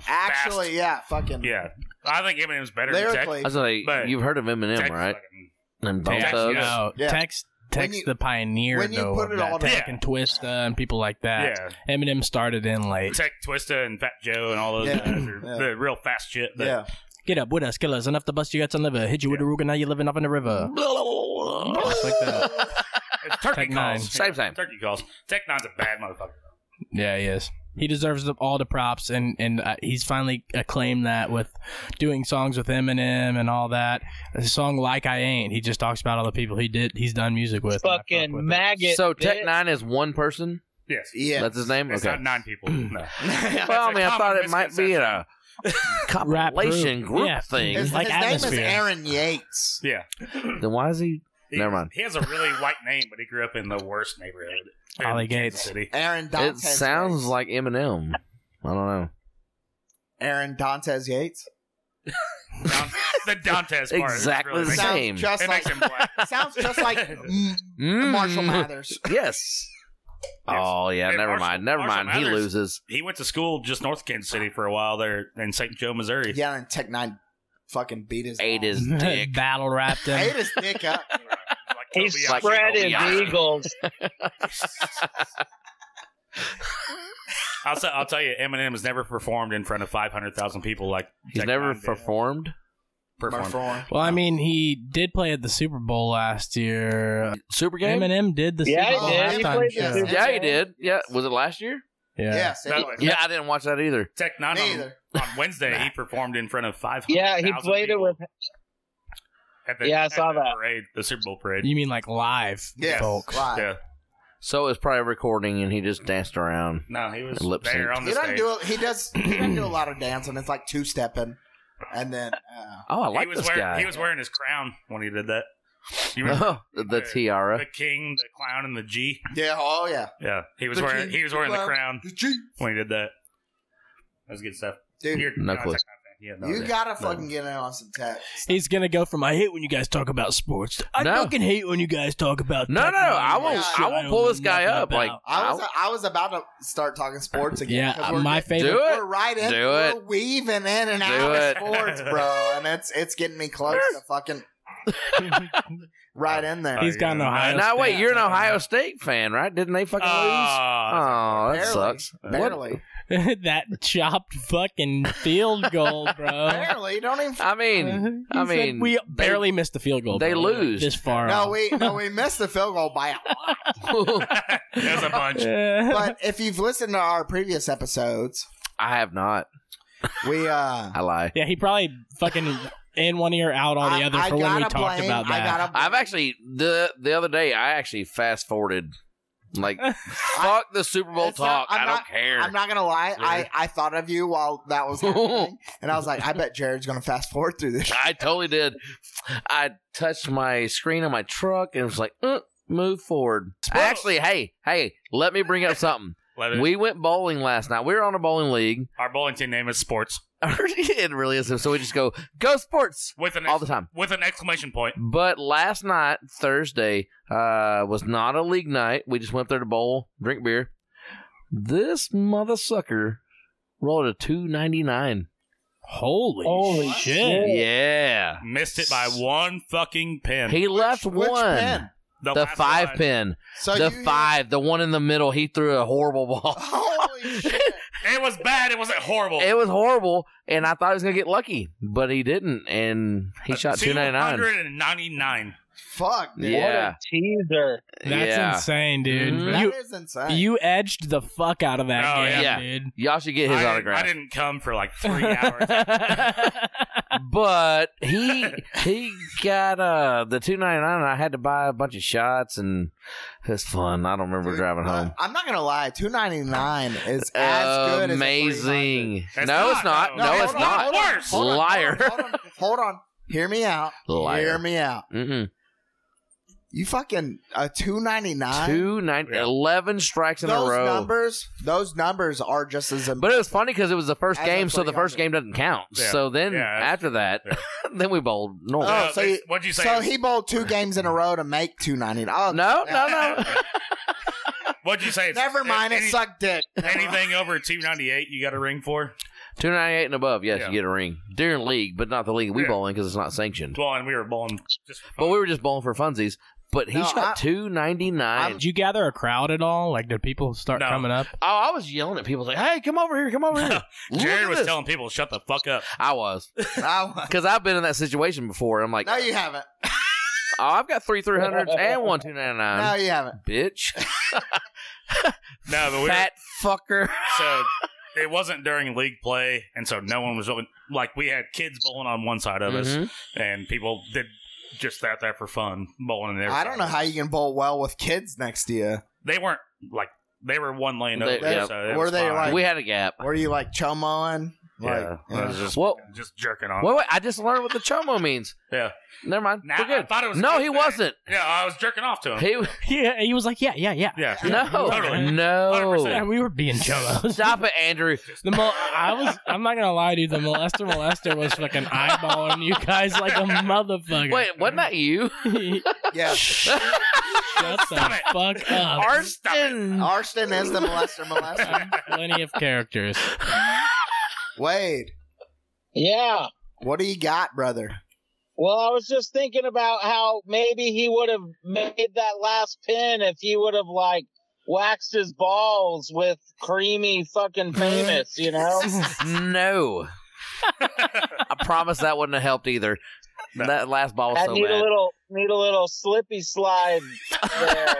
S4: Actually, yeah. Fucking.
S5: yeah, I think Eminem's better than Tech.
S4: Lyrically.
S2: I was like,
S5: But-
S2: you've heard of Eminem,
S5: Tech's
S2: right?
S5: fucking-
S2: And Bone
S5: Tex-
S2: Thugs.
S5: yeah.
S1: No,
S4: Yeah.
S1: Tex Tex
S4: you-
S1: the pioneer
S4: when you
S1: though.
S4: put
S1: of
S4: it
S1: that.
S4: all
S1: Tex
S5: together.
S1: and Twista and people like that.
S5: Yeah,
S1: Eminem started in late.
S5: Tech Twista and Fat Joe and all those
S4: Yeah.
S5: guys are
S4: Yeah.
S5: the real fast shit. that-
S4: Yeah.
S1: Get up with us, kill us, enough to bust you got some liver. Hit you with a ruga, now you're living off in the river.
S2: Mm-hmm.
S1: Just like that.
S5: (laughs) It's turkey
S1: Tech Nine.
S5: calls.
S2: Same thing.
S5: Turkey calls. Tech Nine's a bad motherfucker.
S1: Yeah, he is. He deserves the, all the props, and and uh, he's finally acclaimed that with doing songs with Eminem and all that. The song "Like I Ain't," he just talks about all the people he did, he's done music with.
S3: up.
S1: and I fuck
S3: Fucking
S1: with it.
S3: maggot.
S2: So
S3: bitch.
S2: Tech Nine is one person.
S5: Yes.
S4: Yeah.
S2: That's his name.
S5: It's
S2: okay. Hmm.
S5: not nine people.
S2: (laughs)
S5: No.
S2: well, I
S5: a
S2: mean, I thought
S5: common
S2: it might be a
S1: Rap
S2: (laughs)
S1: group.
S2: compilation group
S1: Yeah.
S2: thing.
S4: His,
S1: Like
S4: his
S1: atmosphere.
S4: name is Aaron Yates.
S5: Yeah.
S2: then why is he?
S5: He-
S2: Never mind.
S5: He has a really white name, but he grew up in the worst neighborhood. in
S1: Ollie
S5: Kansas
S1: Gates.
S5: City.
S4: Aaron
S2: It
S4: Dantes.
S2: sounds
S4: Yates.
S2: like Eminem. I don't know.
S4: Aaron Dantes Yates.
S5: Down, the Dantes part.
S2: Exactly
S5: really
S2: the
S5: makes-
S4: Sounds
S2: Same.
S4: Just
S5: It
S4: like,
S5: makes him Hmm. black.
S4: sounds just
S5: (laughs)
S4: like mm,
S2: Mm.
S4: Marshall Mathers.
S2: Yes. Oh yeah.
S5: Hey,
S2: never
S5: Marshall-
S2: mind. Never
S5: Marshall
S2: mind. He
S5: Mathers-
S2: loses.
S5: He went to school just north of Kansas City for a while there in St. Joe, Missouri.
S4: Yeah, and Tech Nine fucking beat his
S2: Ate
S4: ass.
S2: his
S1: (laughs)
S2: dick.
S1: battle rapped
S4: (laughs) ate
S1: him.
S2: (laughs)
S4: his dick up.
S5: (laughs) Like
S3: He
S5: Kobe, I-
S3: spread his
S2: Kobayashi.
S3: eagles.
S2: (laughs)
S5: I'll, say- I'll tell you, Eminem has never performed in front of 500,000 people like
S2: He's
S5: Tech
S2: never
S5: Nine did.
S2: performed.
S5: performed.
S4: Perform.
S1: Well, I mean, he did play at the Super Bowl last year.
S2: Super game.
S1: Eminem did the
S3: Yeah,
S1: Super
S3: he
S1: Bowl
S3: did. He
S1: halftime
S3: played the
S1: show.
S3: Super-
S2: Yeah, he did. Yeah. Was it last year?
S1: Yeah.
S4: Yes.
S5: No,
S4: ate-
S2: Yeah, I didn't watch that either.
S5: Tech Nine
S4: Me
S5: on,
S4: either.
S5: on Wednesday, he performed in front of 500,000
S3: Yeah, he played it
S5: people
S3: with
S5: at the,
S3: Yeah, I
S5: at
S3: saw
S5: the
S3: that.
S5: Parade, the Super Bowl parade.
S1: You mean like live?
S4: Yes.
S1: Folk.
S4: Live.
S5: Yeah.
S2: So it was probably a recording, and he just danced around.
S5: No, he was
S2: Lip
S5: there
S2: sync.
S5: on the
S4: He doesn't
S5: stage.
S4: do. A, he does. He doesn't do a lot of dancing. It's like two stepping, and then uh,
S2: Oh, I
S5: he
S2: like
S5: was
S2: this
S5: wearing,
S2: guy.
S5: He was wearing his crown when he did that. You remember
S2: Oh, (laughs) the, the
S5: the
S2: tiara.
S5: king, the clown, and the G?
S4: yeah. Oh yeah.
S5: Yeah, he was
S4: The
S5: wearing
S4: king,
S5: he was wearing the
S4: the
S5: crown when he did that. That was good stuff.
S4: Dude,
S5: You're
S2: No
S5: not a
S2: clue.
S5: Tech Nine fan. Yeah, no,
S4: you
S5: idea.
S4: gotta
S5: No.
S4: fucking get in on some tech.
S1: He's gonna go from I hate when you guys talk about sports. to, I
S2: No.
S1: fucking hate when you guys talk about
S2: No, no,
S1: technology
S2: I won't.
S1: and shit
S2: I won't
S1: don't
S2: pull
S1: know
S2: this guy
S1: nothing
S2: up.
S1: about."
S2: Like
S4: I was.
S2: I'll-
S4: I was about to start talking sports again.
S1: yeah,
S4: 'cause
S1: uh,
S4: we're
S1: my
S4: getting-
S1: favorite.
S2: Do it.
S4: We're right in.
S2: Do
S4: we're
S2: it.
S4: weaving in and
S2: Do
S4: out
S2: it.
S4: of sports, bro, and it's it's getting me close to
S1: (laughs)
S4: fucking right in
S5: Oh,
S4: there.
S1: He's got an
S5: Yeah.
S1: Ohio.
S2: now wait,
S1: State
S2: you're an
S1: fan.
S2: Ohio State fan, right? Didn't they
S5: Uh,
S2: fucking lose?
S5: Ah,
S2: Oh, that
S4: Uh, Barely.
S2: sucks. What?
S1: (laughs)
S4: Barely,
S1: that chopped fucking field
S2: (laughs)
S1: goal, bro.
S4: barely. Don't
S1: (laughs)
S4: even. (laughs)
S2: I mean, (laughs) I
S1: He said
S2: mean,
S1: we
S2: they-
S1: barely missed the field goal.
S2: they
S1: bro. We were
S2: lose.
S1: this far.
S4: No,
S1: off.
S4: we no, we missed the field goal
S1: (laughs)
S4: by a
S5: (laughs) there's a bunch.
S4: but if you've listened to our previous episodes,
S2: I have not.
S4: we uh
S2: I lie.
S1: yeah, he probably fucking in one ear out all the
S4: I-
S1: other
S4: I
S1: for when we
S4: gotta
S1: talked
S4: blame-
S1: about
S4: I
S1: that.
S4: gotta blame-
S2: I've actually the the other day I actually fast forwarded.
S4: (laughs)
S2: Like fuck the Super Bowl
S4: It's not-
S2: talk.
S4: I'm
S2: I don't
S4: not-
S2: care.
S4: I'm not gonna lie.
S2: Yeah.
S4: I, I thought of you while
S1: (laughs)
S4: that was happening, and I was like, I bet Jared's gonna fast forward through this.
S2: I totally did. I touched my screen on my truck and was like, uh, move forward. Actually, hey, hey, let me bring up something.
S5: Love it.
S2: We went bowling last night. We were on a bowling league. (laughs)
S5: Our bowling team name is Sports
S2: it really is. So we just go, go sports
S5: with an
S2: all the time.
S5: with an exclamation point.
S2: But last night, Thursday, uh, was not a league night. We just went up there to bowl, drink beer. This mother sucker rolled a 299.
S1: Holy,
S3: Holy
S1: shit.
S3: shit.
S2: Yeah.
S5: Missed it by one fucking pin.
S2: He
S4: (laughs)
S2: left
S4: Which
S2: one.
S4: pin?
S2: The
S5: last
S2: five
S5: one.
S2: pin.
S4: So
S2: the
S4: you-
S2: five, the one in the middle, he threw a horrible (laughs) ball.
S4: (laughs) Holy shit!
S5: It was bad. It wasn't horrible.
S2: It was horrible, and
S4: Uh,
S2: I thought he was gonna get lucky, but he didn't, and he shot two ninety nine.
S5: 299.
S4: Fuck, dude.
S2: Yeah.
S3: Teaser.
S1: That's
S2: Yeah.
S1: insane, dude.
S2: Mhm.
S4: That
S1: You
S4: is insane.
S1: you edged the fuck out of that
S5: Oh,
S1: game,
S2: yeah.
S1: dude.
S2: Y'all should get his
S5: I,
S2: autograph.
S5: I didn't come for like three
S2: (laughs)
S5: hours.
S2: but he
S4: (laughs)
S2: he got uh the two ninety nine. and I had to buy a bunch of shots, and it's fun. I don't remember
S4: Dude,
S2: driving
S4: uh,
S2: home.
S4: I'm not gonna lie, two ninety nine
S1: (laughs)
S4: is as good as a $300.
S2: Amazing.
S5: It's
S2: no, it's
S5: not,
S2: not.
S5: though.
S2: No,
S4: hold
S2: it's
S4: on,
S2: not.
S4: hold on,
S5: Worse.
S4: hold on,
S2: Liar.
S4: Hold on, hold on, (laughs) hold on. Hear me out.
S2: Liar.
S4: Hear me out.
S2: Mm-mm.
S4: You fucking a two ninety nine.
S2: Two nine,
S5: Yeah.
S2: eleven strikes in a
S4: Those
S2: row.
S4: numbers, those numbers are just as.
S2: But it was funny because it was the first
S4: As
S2: game,
S4: of
S2: so the first
S4: 300.
S2: game doesn't count.
S5: Yeah.
S2: So then
S5: Yeah, that's-
S2: after that, (laughs) then we bowled normal.
S4: Oh,
S5: Uh,
S4: so you-
S5: what'd you say?
S4: so he bowled two games in a row to make two Oh, ninety nine. (laughs)
S2: no, no, no.
S5: what'd you say?
S4: never mind. It
S5: (laughs) Any-
S4: sucked dick.
S5: Anything over two ninety eight, you got a ring for?
S2: 298 and above, yes,
S5: Yeah.
S2: you get a ring. During league, but not the league we
S5: Yeah.
S2: bowl in because it's not sanctioned.
S5: Well, and we were bowling. Just
S2: But we were just bowling for funsies. But he
S4: No, I-
S2: shot 299.
S1: Did you gather a crowd at all? Like, did people start
S5: No.
S1: coming up?
S2: Oh, I was yelling at people like, "Hey, come over here, come over
S5: (laughs)
S2: here." Look
S5: Jared
S2: at
S5: was
S2: this.
S5: telling people, "Shut the fuck up."
S2: I was
S4: No,
S2: because I've been in that situation before. I'm like,
S4: Oh, no, you haven't.
S2: "Oh, I've got three three
S4: (laughs)
S2: hundreds and one two ninety
S4: No,
S2: nine,
S4: you haven't.
S2: bitch,
S5: No, but we were,
S2: fat fucker." (laughs)
S5: so it wasn't during league play, and so no one was really, like we had kids bowling on one side of us,
S2: Mhm.
S5: and people did just that there for fun bowling in there.
S4: I don't know how you can bowl well with kids next to you.
S5: they weren't like they were one lane
S2: They-
S5: over.
S2: yeah.
S5: so it
S4: Were
S5: was
S4: they,
S5: fine.
S4: like-
S2: We had a gap.
S4: Were you like chomoing? Like,
S5: yeah,
S4: yeah.
S5: I (laughs) was
S2: (laughs)
S5: just
S2: Well,
S5: just jerking on.
S2: wait, wait, I just learned what the chomo means.
S5: Yeah.
S2: Never mind.
S5: Nah,
S2: We're
S5: I
S2: good.
S5: thought it was a
S2: No,
S5: good
S2: he
S5: thing.
S2: wasn't.
S5: Yeah, I was jerking off to him.
S2: He
S1: (laughs) Yeah, he was like, yeah, yeah, yeah.
S5: Oh. yeah,
S2: no,
S5: Totally.
S1: Yeah,
S2: no.
S5: 100%.
S1: we were being cholos.
S2: Stop it, Andrew.
S1: The mol- I was. I'm not gonna lie, dude. The molester molester was fucking eyeballing you guys like a motherfucker.
S2: Wait, wasn't
S5: (laughs)
S2: that you?
S4: yeah.
S1: Shut the fuck up.
S2: Arston.
S4: Arston is the
S1: (laughs)
S4: molester molester.
S1: I'm plenty of characters.
S4: Wade,
S3: Yeah.
S4: what do you got, brother?
S3: Well, I was just thinking about how maybe he would have made that last pin if he would have like waxed his balls with creamy
S2: (laughs)
S3: fucking famous, you know?
S5: (laughs)
S2: No. I promise that wouldn't have helped either.
S5: No.
S2: That last ball was
S3: I
S2: so
S3: need
S2: bad.
S3: a little need a little slippy slide
S2: (laughs)
S3: there.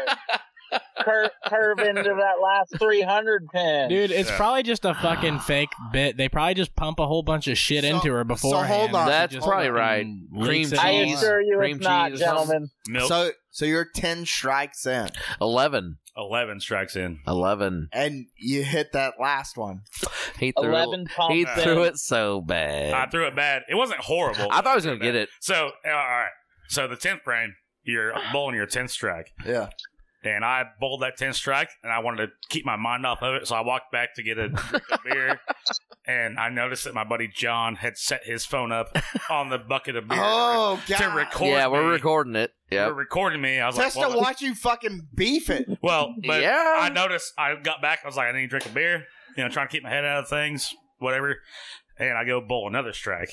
S3: Cur- curve into that last 300 pin.
S1: Dude, it's
S5: Yeah.
S1: probably just a fucking fake bit. They probably just pump a whole bunch of shit
S4: So-
S1: into her
S4: so
S1: before.
S4: hold on.
S2: That's
S4: Just
S2: probably
S4: fucking
S2: right. Cream
S1: leaks
S2: cheese.
S1: it
S3: I
S1: cheese,
S3: assure you
S2: cream
S3: it's not,
S2: cheese or something.
S3: gentlemen.
S5: Milk
S4: So, so you're ten strikes in,
S2: 11.
S5: eleven strikes in.
S2: 11.
S4: and you hit that last one.
S2: He threw,
S3: 11 pump
S2: it, he
S3: in.
S2: threw it so
S5: I
S2: bad.
S5: threw it bad. It wasn't horrible.
S2: I, thought he was going to get it.
S5: So uh, all right. So the tenth frame, you're bowling your tenth strike.
S4: Yeah.
S5: And I bowled that 10 strike, and I wanted to keep my mind off of it. So I walked back to get a, drink of beer, and I noticed that my buddy John had set his phone up on the bucket of beer
S4: Oh god.
S5: to record.
S2: Yeah, we're
S5: me.
S2: recording it.
S5: We're
S2: Yep.
S5: recording me. I was
S4: Just
S5: like,
S4: to
S5: well,
S4: watch you fucking beef it.
S5: (laughs) well, but
S2: yeah.
S5: I noticed I got back. I was like, I need to drink a beer, you know, trying to keep my head out of things, whatever. And I go bowl another strike.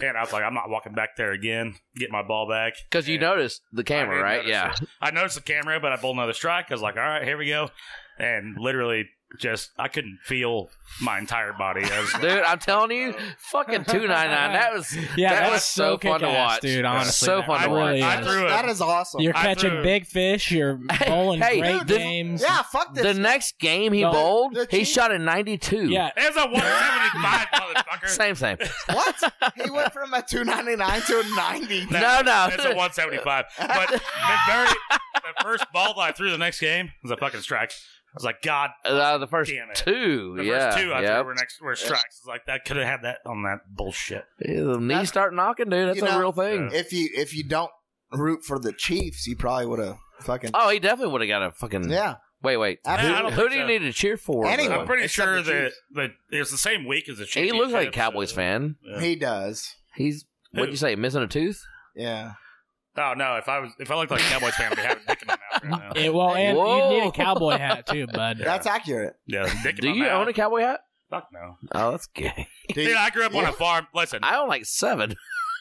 S5: And I was like, I'm not walking back there again. Get my ball back.
S2: Because you
S5: And
S2: noticed the camera,
S5: didn't
S2: right? Yeah.
S5: notice I noticed the camera, but I bowled another strike. I was like, all right, here we go. And literally, just I couldn't feel my entire body. I was like,
S2: (laughs) Dude, I'm telling you, fucking 299. That was
S1: Yeah,
S2: that
S1: that's
S2: was so fun to
S1: kick-ass,
S2: watch.
S1: dude. Honestly,
S2: so
S1: that
S2: fun to
S1: really
S2: watch.
S5: I
S1: is.
S5: threw it.
S4: That is awesome.
S1: You're
S5: I
S1: catching
S5: threw-
S1: big fish. You're bowling
S2: hey,
S1: great
S2: dude, this-
S1: games.
S4: yeah, fuck this.
S2: The next game he
S1: No,
S2: bowled,
S4: the
S2: he
S4: Chiefs-
S2: shot a 92.
S1: yeah.
S5: it was a 175, motherfucker.
S2: Same,
S5: (laughs)
S2: same.
S4: what?
S2: (laughs)
S4: He went from a two ninety nine to a
S5: (laughs)
S4: ninety.
S2: No, no.
S5: It's a 175. But the, very, the first ball that I threw the next game was a fucking strike. I was like, God
S2: Uh, the first
S5: Damn it.
S2: two.
S5: The
S2: yeah.
S5: first two I
S2: yep.
S5: think were next were strikes. It's like that could have had that on that bullshit.
S2: Yeah, the knees start knocking, dude. That's
S4: You
S2: a
S4: know-
S2: real thing.
S4: If you if you don't root for the Chiefs, you probably would have fucking
S2: Oh, he definitely would have got a fucking.
S4: yeah.
S2: Wait, wait.
S4: Absolutely.
S5: I don't
S2: Who
S5: think
S2: do you
S5: so.
S2: need to cheer for?
S4: Anyone.
S2: though?
S5: I'm pretty
S4: Except
S5: sure
S4: the
S5: that,
S4: Chiefs.
S5: that it was the same week as the Chiefs.
S2: He looks like a Cowboys fan.
S4: He does.
S2: He's what'd you say? Missing a tooth?
S4: Yeah.
S5: Oh no! If I was if I looked like a Cowboys fan, I'd be having a dick in my
S1: (laughs)
S5: mouth right now.
S1: It, well, and
S2: Whoa.
S1: you need a cowboy hat too, bud.
S4: That's accurate.
S5: Yeah, dick in
S2: Do
S5: my
S2: you
S5: mouth.
S2: own a cowboy hat?
S5: Fuck no,
S2: Oh, that's
S5: (laughs)
S2: gay.
S4: Dude,
S5: dude! I grew up on
S4: Yeah.
S5: a farm. Listen, I,
S2: I own like seven.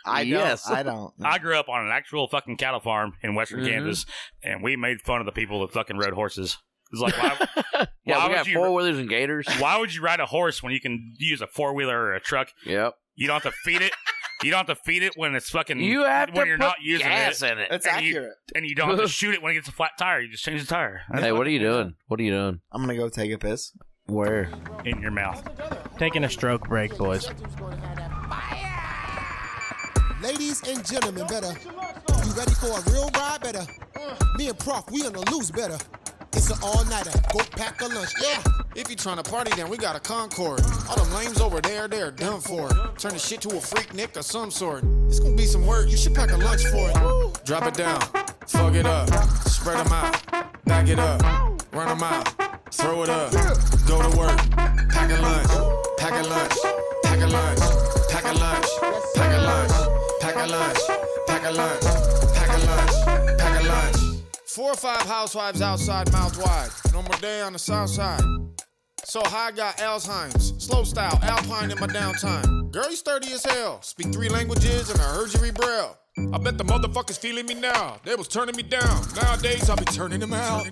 S4: I don't.
S2: Yes.
S4: I don't.
S5: grew up on an actual fucking cattle farm in Western
S2: Mhm.
S5: Kansas, and we made fun of the people that fucking rode horses. It's like why,
S2: (laughs) Yeah,
S5: Why
S2: we
S5: would
S2: got
S5: you-
S2: four wheelers and gators.
S5: why would you ride a horse when you can use a four wheeler or a truck? (laughs)
S2: Yep.
S5: You don't have to feed it. You don't have to feed it when it's fucking.
S2: You have
S5: when
S2: to
S5: you're
S2: put
S5: not using
S2: gas
S5: it,
S2: in it.
S4: That's
S5: And you-
S4: accurate.
S5: and you don't have to shoot it when it gets a flat tire. You just change the tire (laughs)
S2: Hey, what are you doing? What are you doing?
S4: I'm gonna go take a piss.
S2: Where?
S5: in your mouth.
S1: (laughs) Taking a stroke break, boys.
S9: Ladies and gentlemen, better. You ready for a real ride? Better. Me and Prof, we on the loose better. It's an all-nighter. Go pack a lunch. Yeah. If you tryna party, then we got a Concord. All them lames over there, they're done for. Turn the shit to a freak nick of some sort. It's gonna be some work. You should pack a lunch for it. Drop it down. Fuck it up. Spread 'em out. Back it up. Run 'em out. Throw it up. Go to work. Pack a lunch. Pack a lunch. Pack a lunch. Pack a lunch. Pack a lunch. Pack a lunch. Pack a lunch. Pack a lunch. Pack a lunch. Four or five housewives outside miles wide. Normal day on the south side. So high got Alzheimer's. Slow style, Alpine in my downtime. Girl, you sturdy as hell. Speak three languages and I heard you read braille. I bet the motherfuckers feeling me now. They was turning me down. Nowadays I'll be turning them out.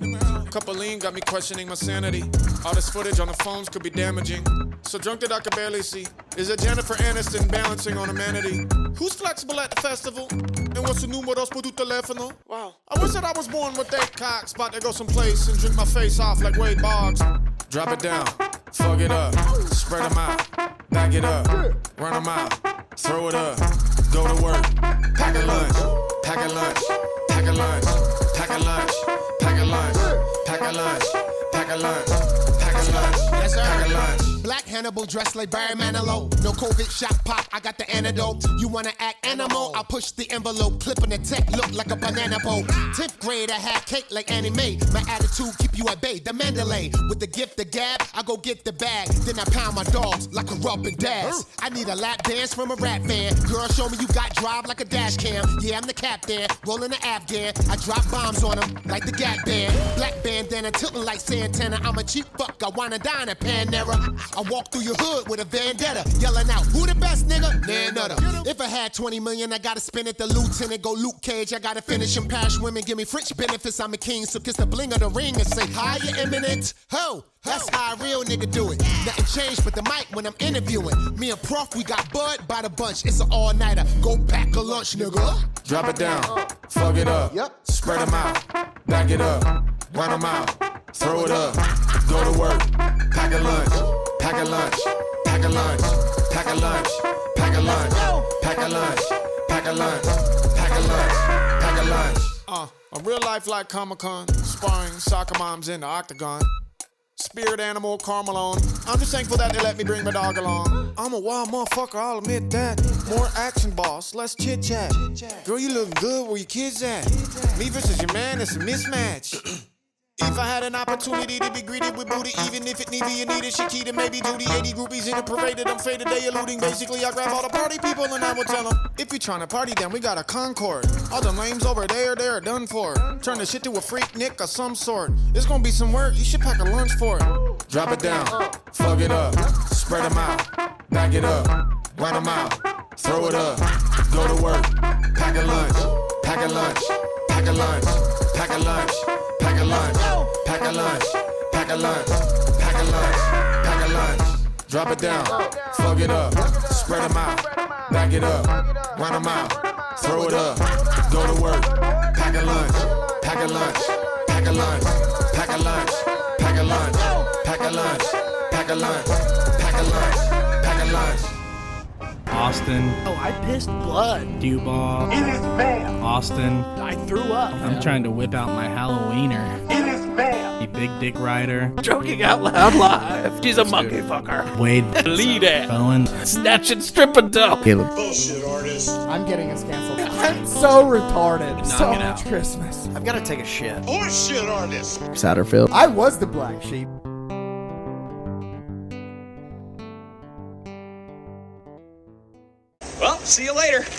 S9: Couple lean got me questioning my sanity. All this footage on the phones could be damaging. So drunk that I could barely see. Is it Jennifer Aniston balancing on a manatee? Who's flexible at the festival? And what's the números por tu teléfono? Wow. I wish that I was born with that cock. Spot to go someplace and drink my face off like Wade Boggs. Drop it down, fuck it up, spread 'em out, back it up, run 'em out, throw it up, go to work, pack a lunch, pack a lunch, pack a lunch, pack a lunch, pack a lunch, pack a lunch, pack a lunch, pack a lunch, pack a lunch.
S10: Black Hannibal dressed like Barry Manilow. No COVID shot pop, I got the antidote. You wanna act animal? I push the envelope, clipping the tech, look like a banana boat. Tenth grade, I had cake like Annie Mae. My attitude keep you at bay. The Mandalay with the gift of gab, I go get the bag. Then I pound my dogs like a rubbing dash. I need a lap dance from a rap fan. Girl, show me you got drive like a dash cam. Yeah, I'm the captain, rolling the Afghan. I drop bombs on them like the Gap Band. Black bandana, tilting like Santana. I'm a cheap fuck, I wanna dine at Panera. I walk through your hood with a vendetta, yelling out, who the best nigga? Nan other. If I had 20 million, I gotta spend it. The lieutenant go Luke Cage, I gotta finish him. Pash women give me French benefits, I'm a king, so kiss the bling of the ring and say, hi, you eminent. Ho! That's how a real nigga do it. Nothing changed but the mic when I'm interviewing. Me and Prof, we got Bud by the bunch. It's an all-nighter. Go pack a lunch, nigga.
S9: Drop it down, fuck it up, spread 'em out, back it up, run 'em out, throw it up, go to work, pack a lunch, pack a lunch, pack a lunch, pack a lunch, pack a lunch, pack a lunch, pack a lunch, pack a lunch, pack a lunch.
S10: Uh, a real life like Comic Con, sparring soccer moms in the octagon.
S9: Spirit animal, Carmelone. I'm just thankful that they let me bring my dog along. I'm a wild motherfucker, I'll admit that. More action, boss, less chit chat. Girl, you look good, where your kids at? Me versus your man, it's a mismatch. (clears throat) if I had an opportunity to be greeted with booty, even if it need be Anita, Shakita, maybe Duty, 80 groupies in a parade of them faded, they eluding. Basically, I grab all the party people and I will tell them, if you tryna party, then we got a Concord. All them lames over there, they're done for. Turn the shit to a freak nick of some sort. It's gonna be some work, you should pack a lunch for it. Drop it down, fuck it up, spread 'em out, back it up, run 'em out, throw it up, go to work, pack a lunch, pack a lunch, pack a lunch, pack a lunch, pack a lunch, pack a lunch, pack a lunch, pack a lunch, pack a lunch. Drop it down, fuck it up, spread 'em out, back it up, run 'em out, throw it up, go to work, pack a lunch, pack a lunch, pack a lunch, pack a lunch, pack a lunch, pack a lunch, pack a lunch, pack a lunch, pack a lunch.
S1: Austin,
S11: Oh, I pissed blood.
S1: cue ball.
S11: It is bad.
S1: Austin,
S11: I threw up.
S1: I'm trying to whip out my Halloweener.
S11: It is bad.
S1: You big dick rider.
S6: Joking out loud live. She's a monkey fucker.
S1: Wade
S6: (laughs) Lead it.
S1: Bowen.
S6: Snatch and strip and dump.
S12: I'm getting us canceled. (laughs) I'm so retarded. So
S6: it
S12: much Christmas.
S6: I've got to take a shit.
S4: Satterfield.
S12: I was the black sheep.
S8: Well, see you later.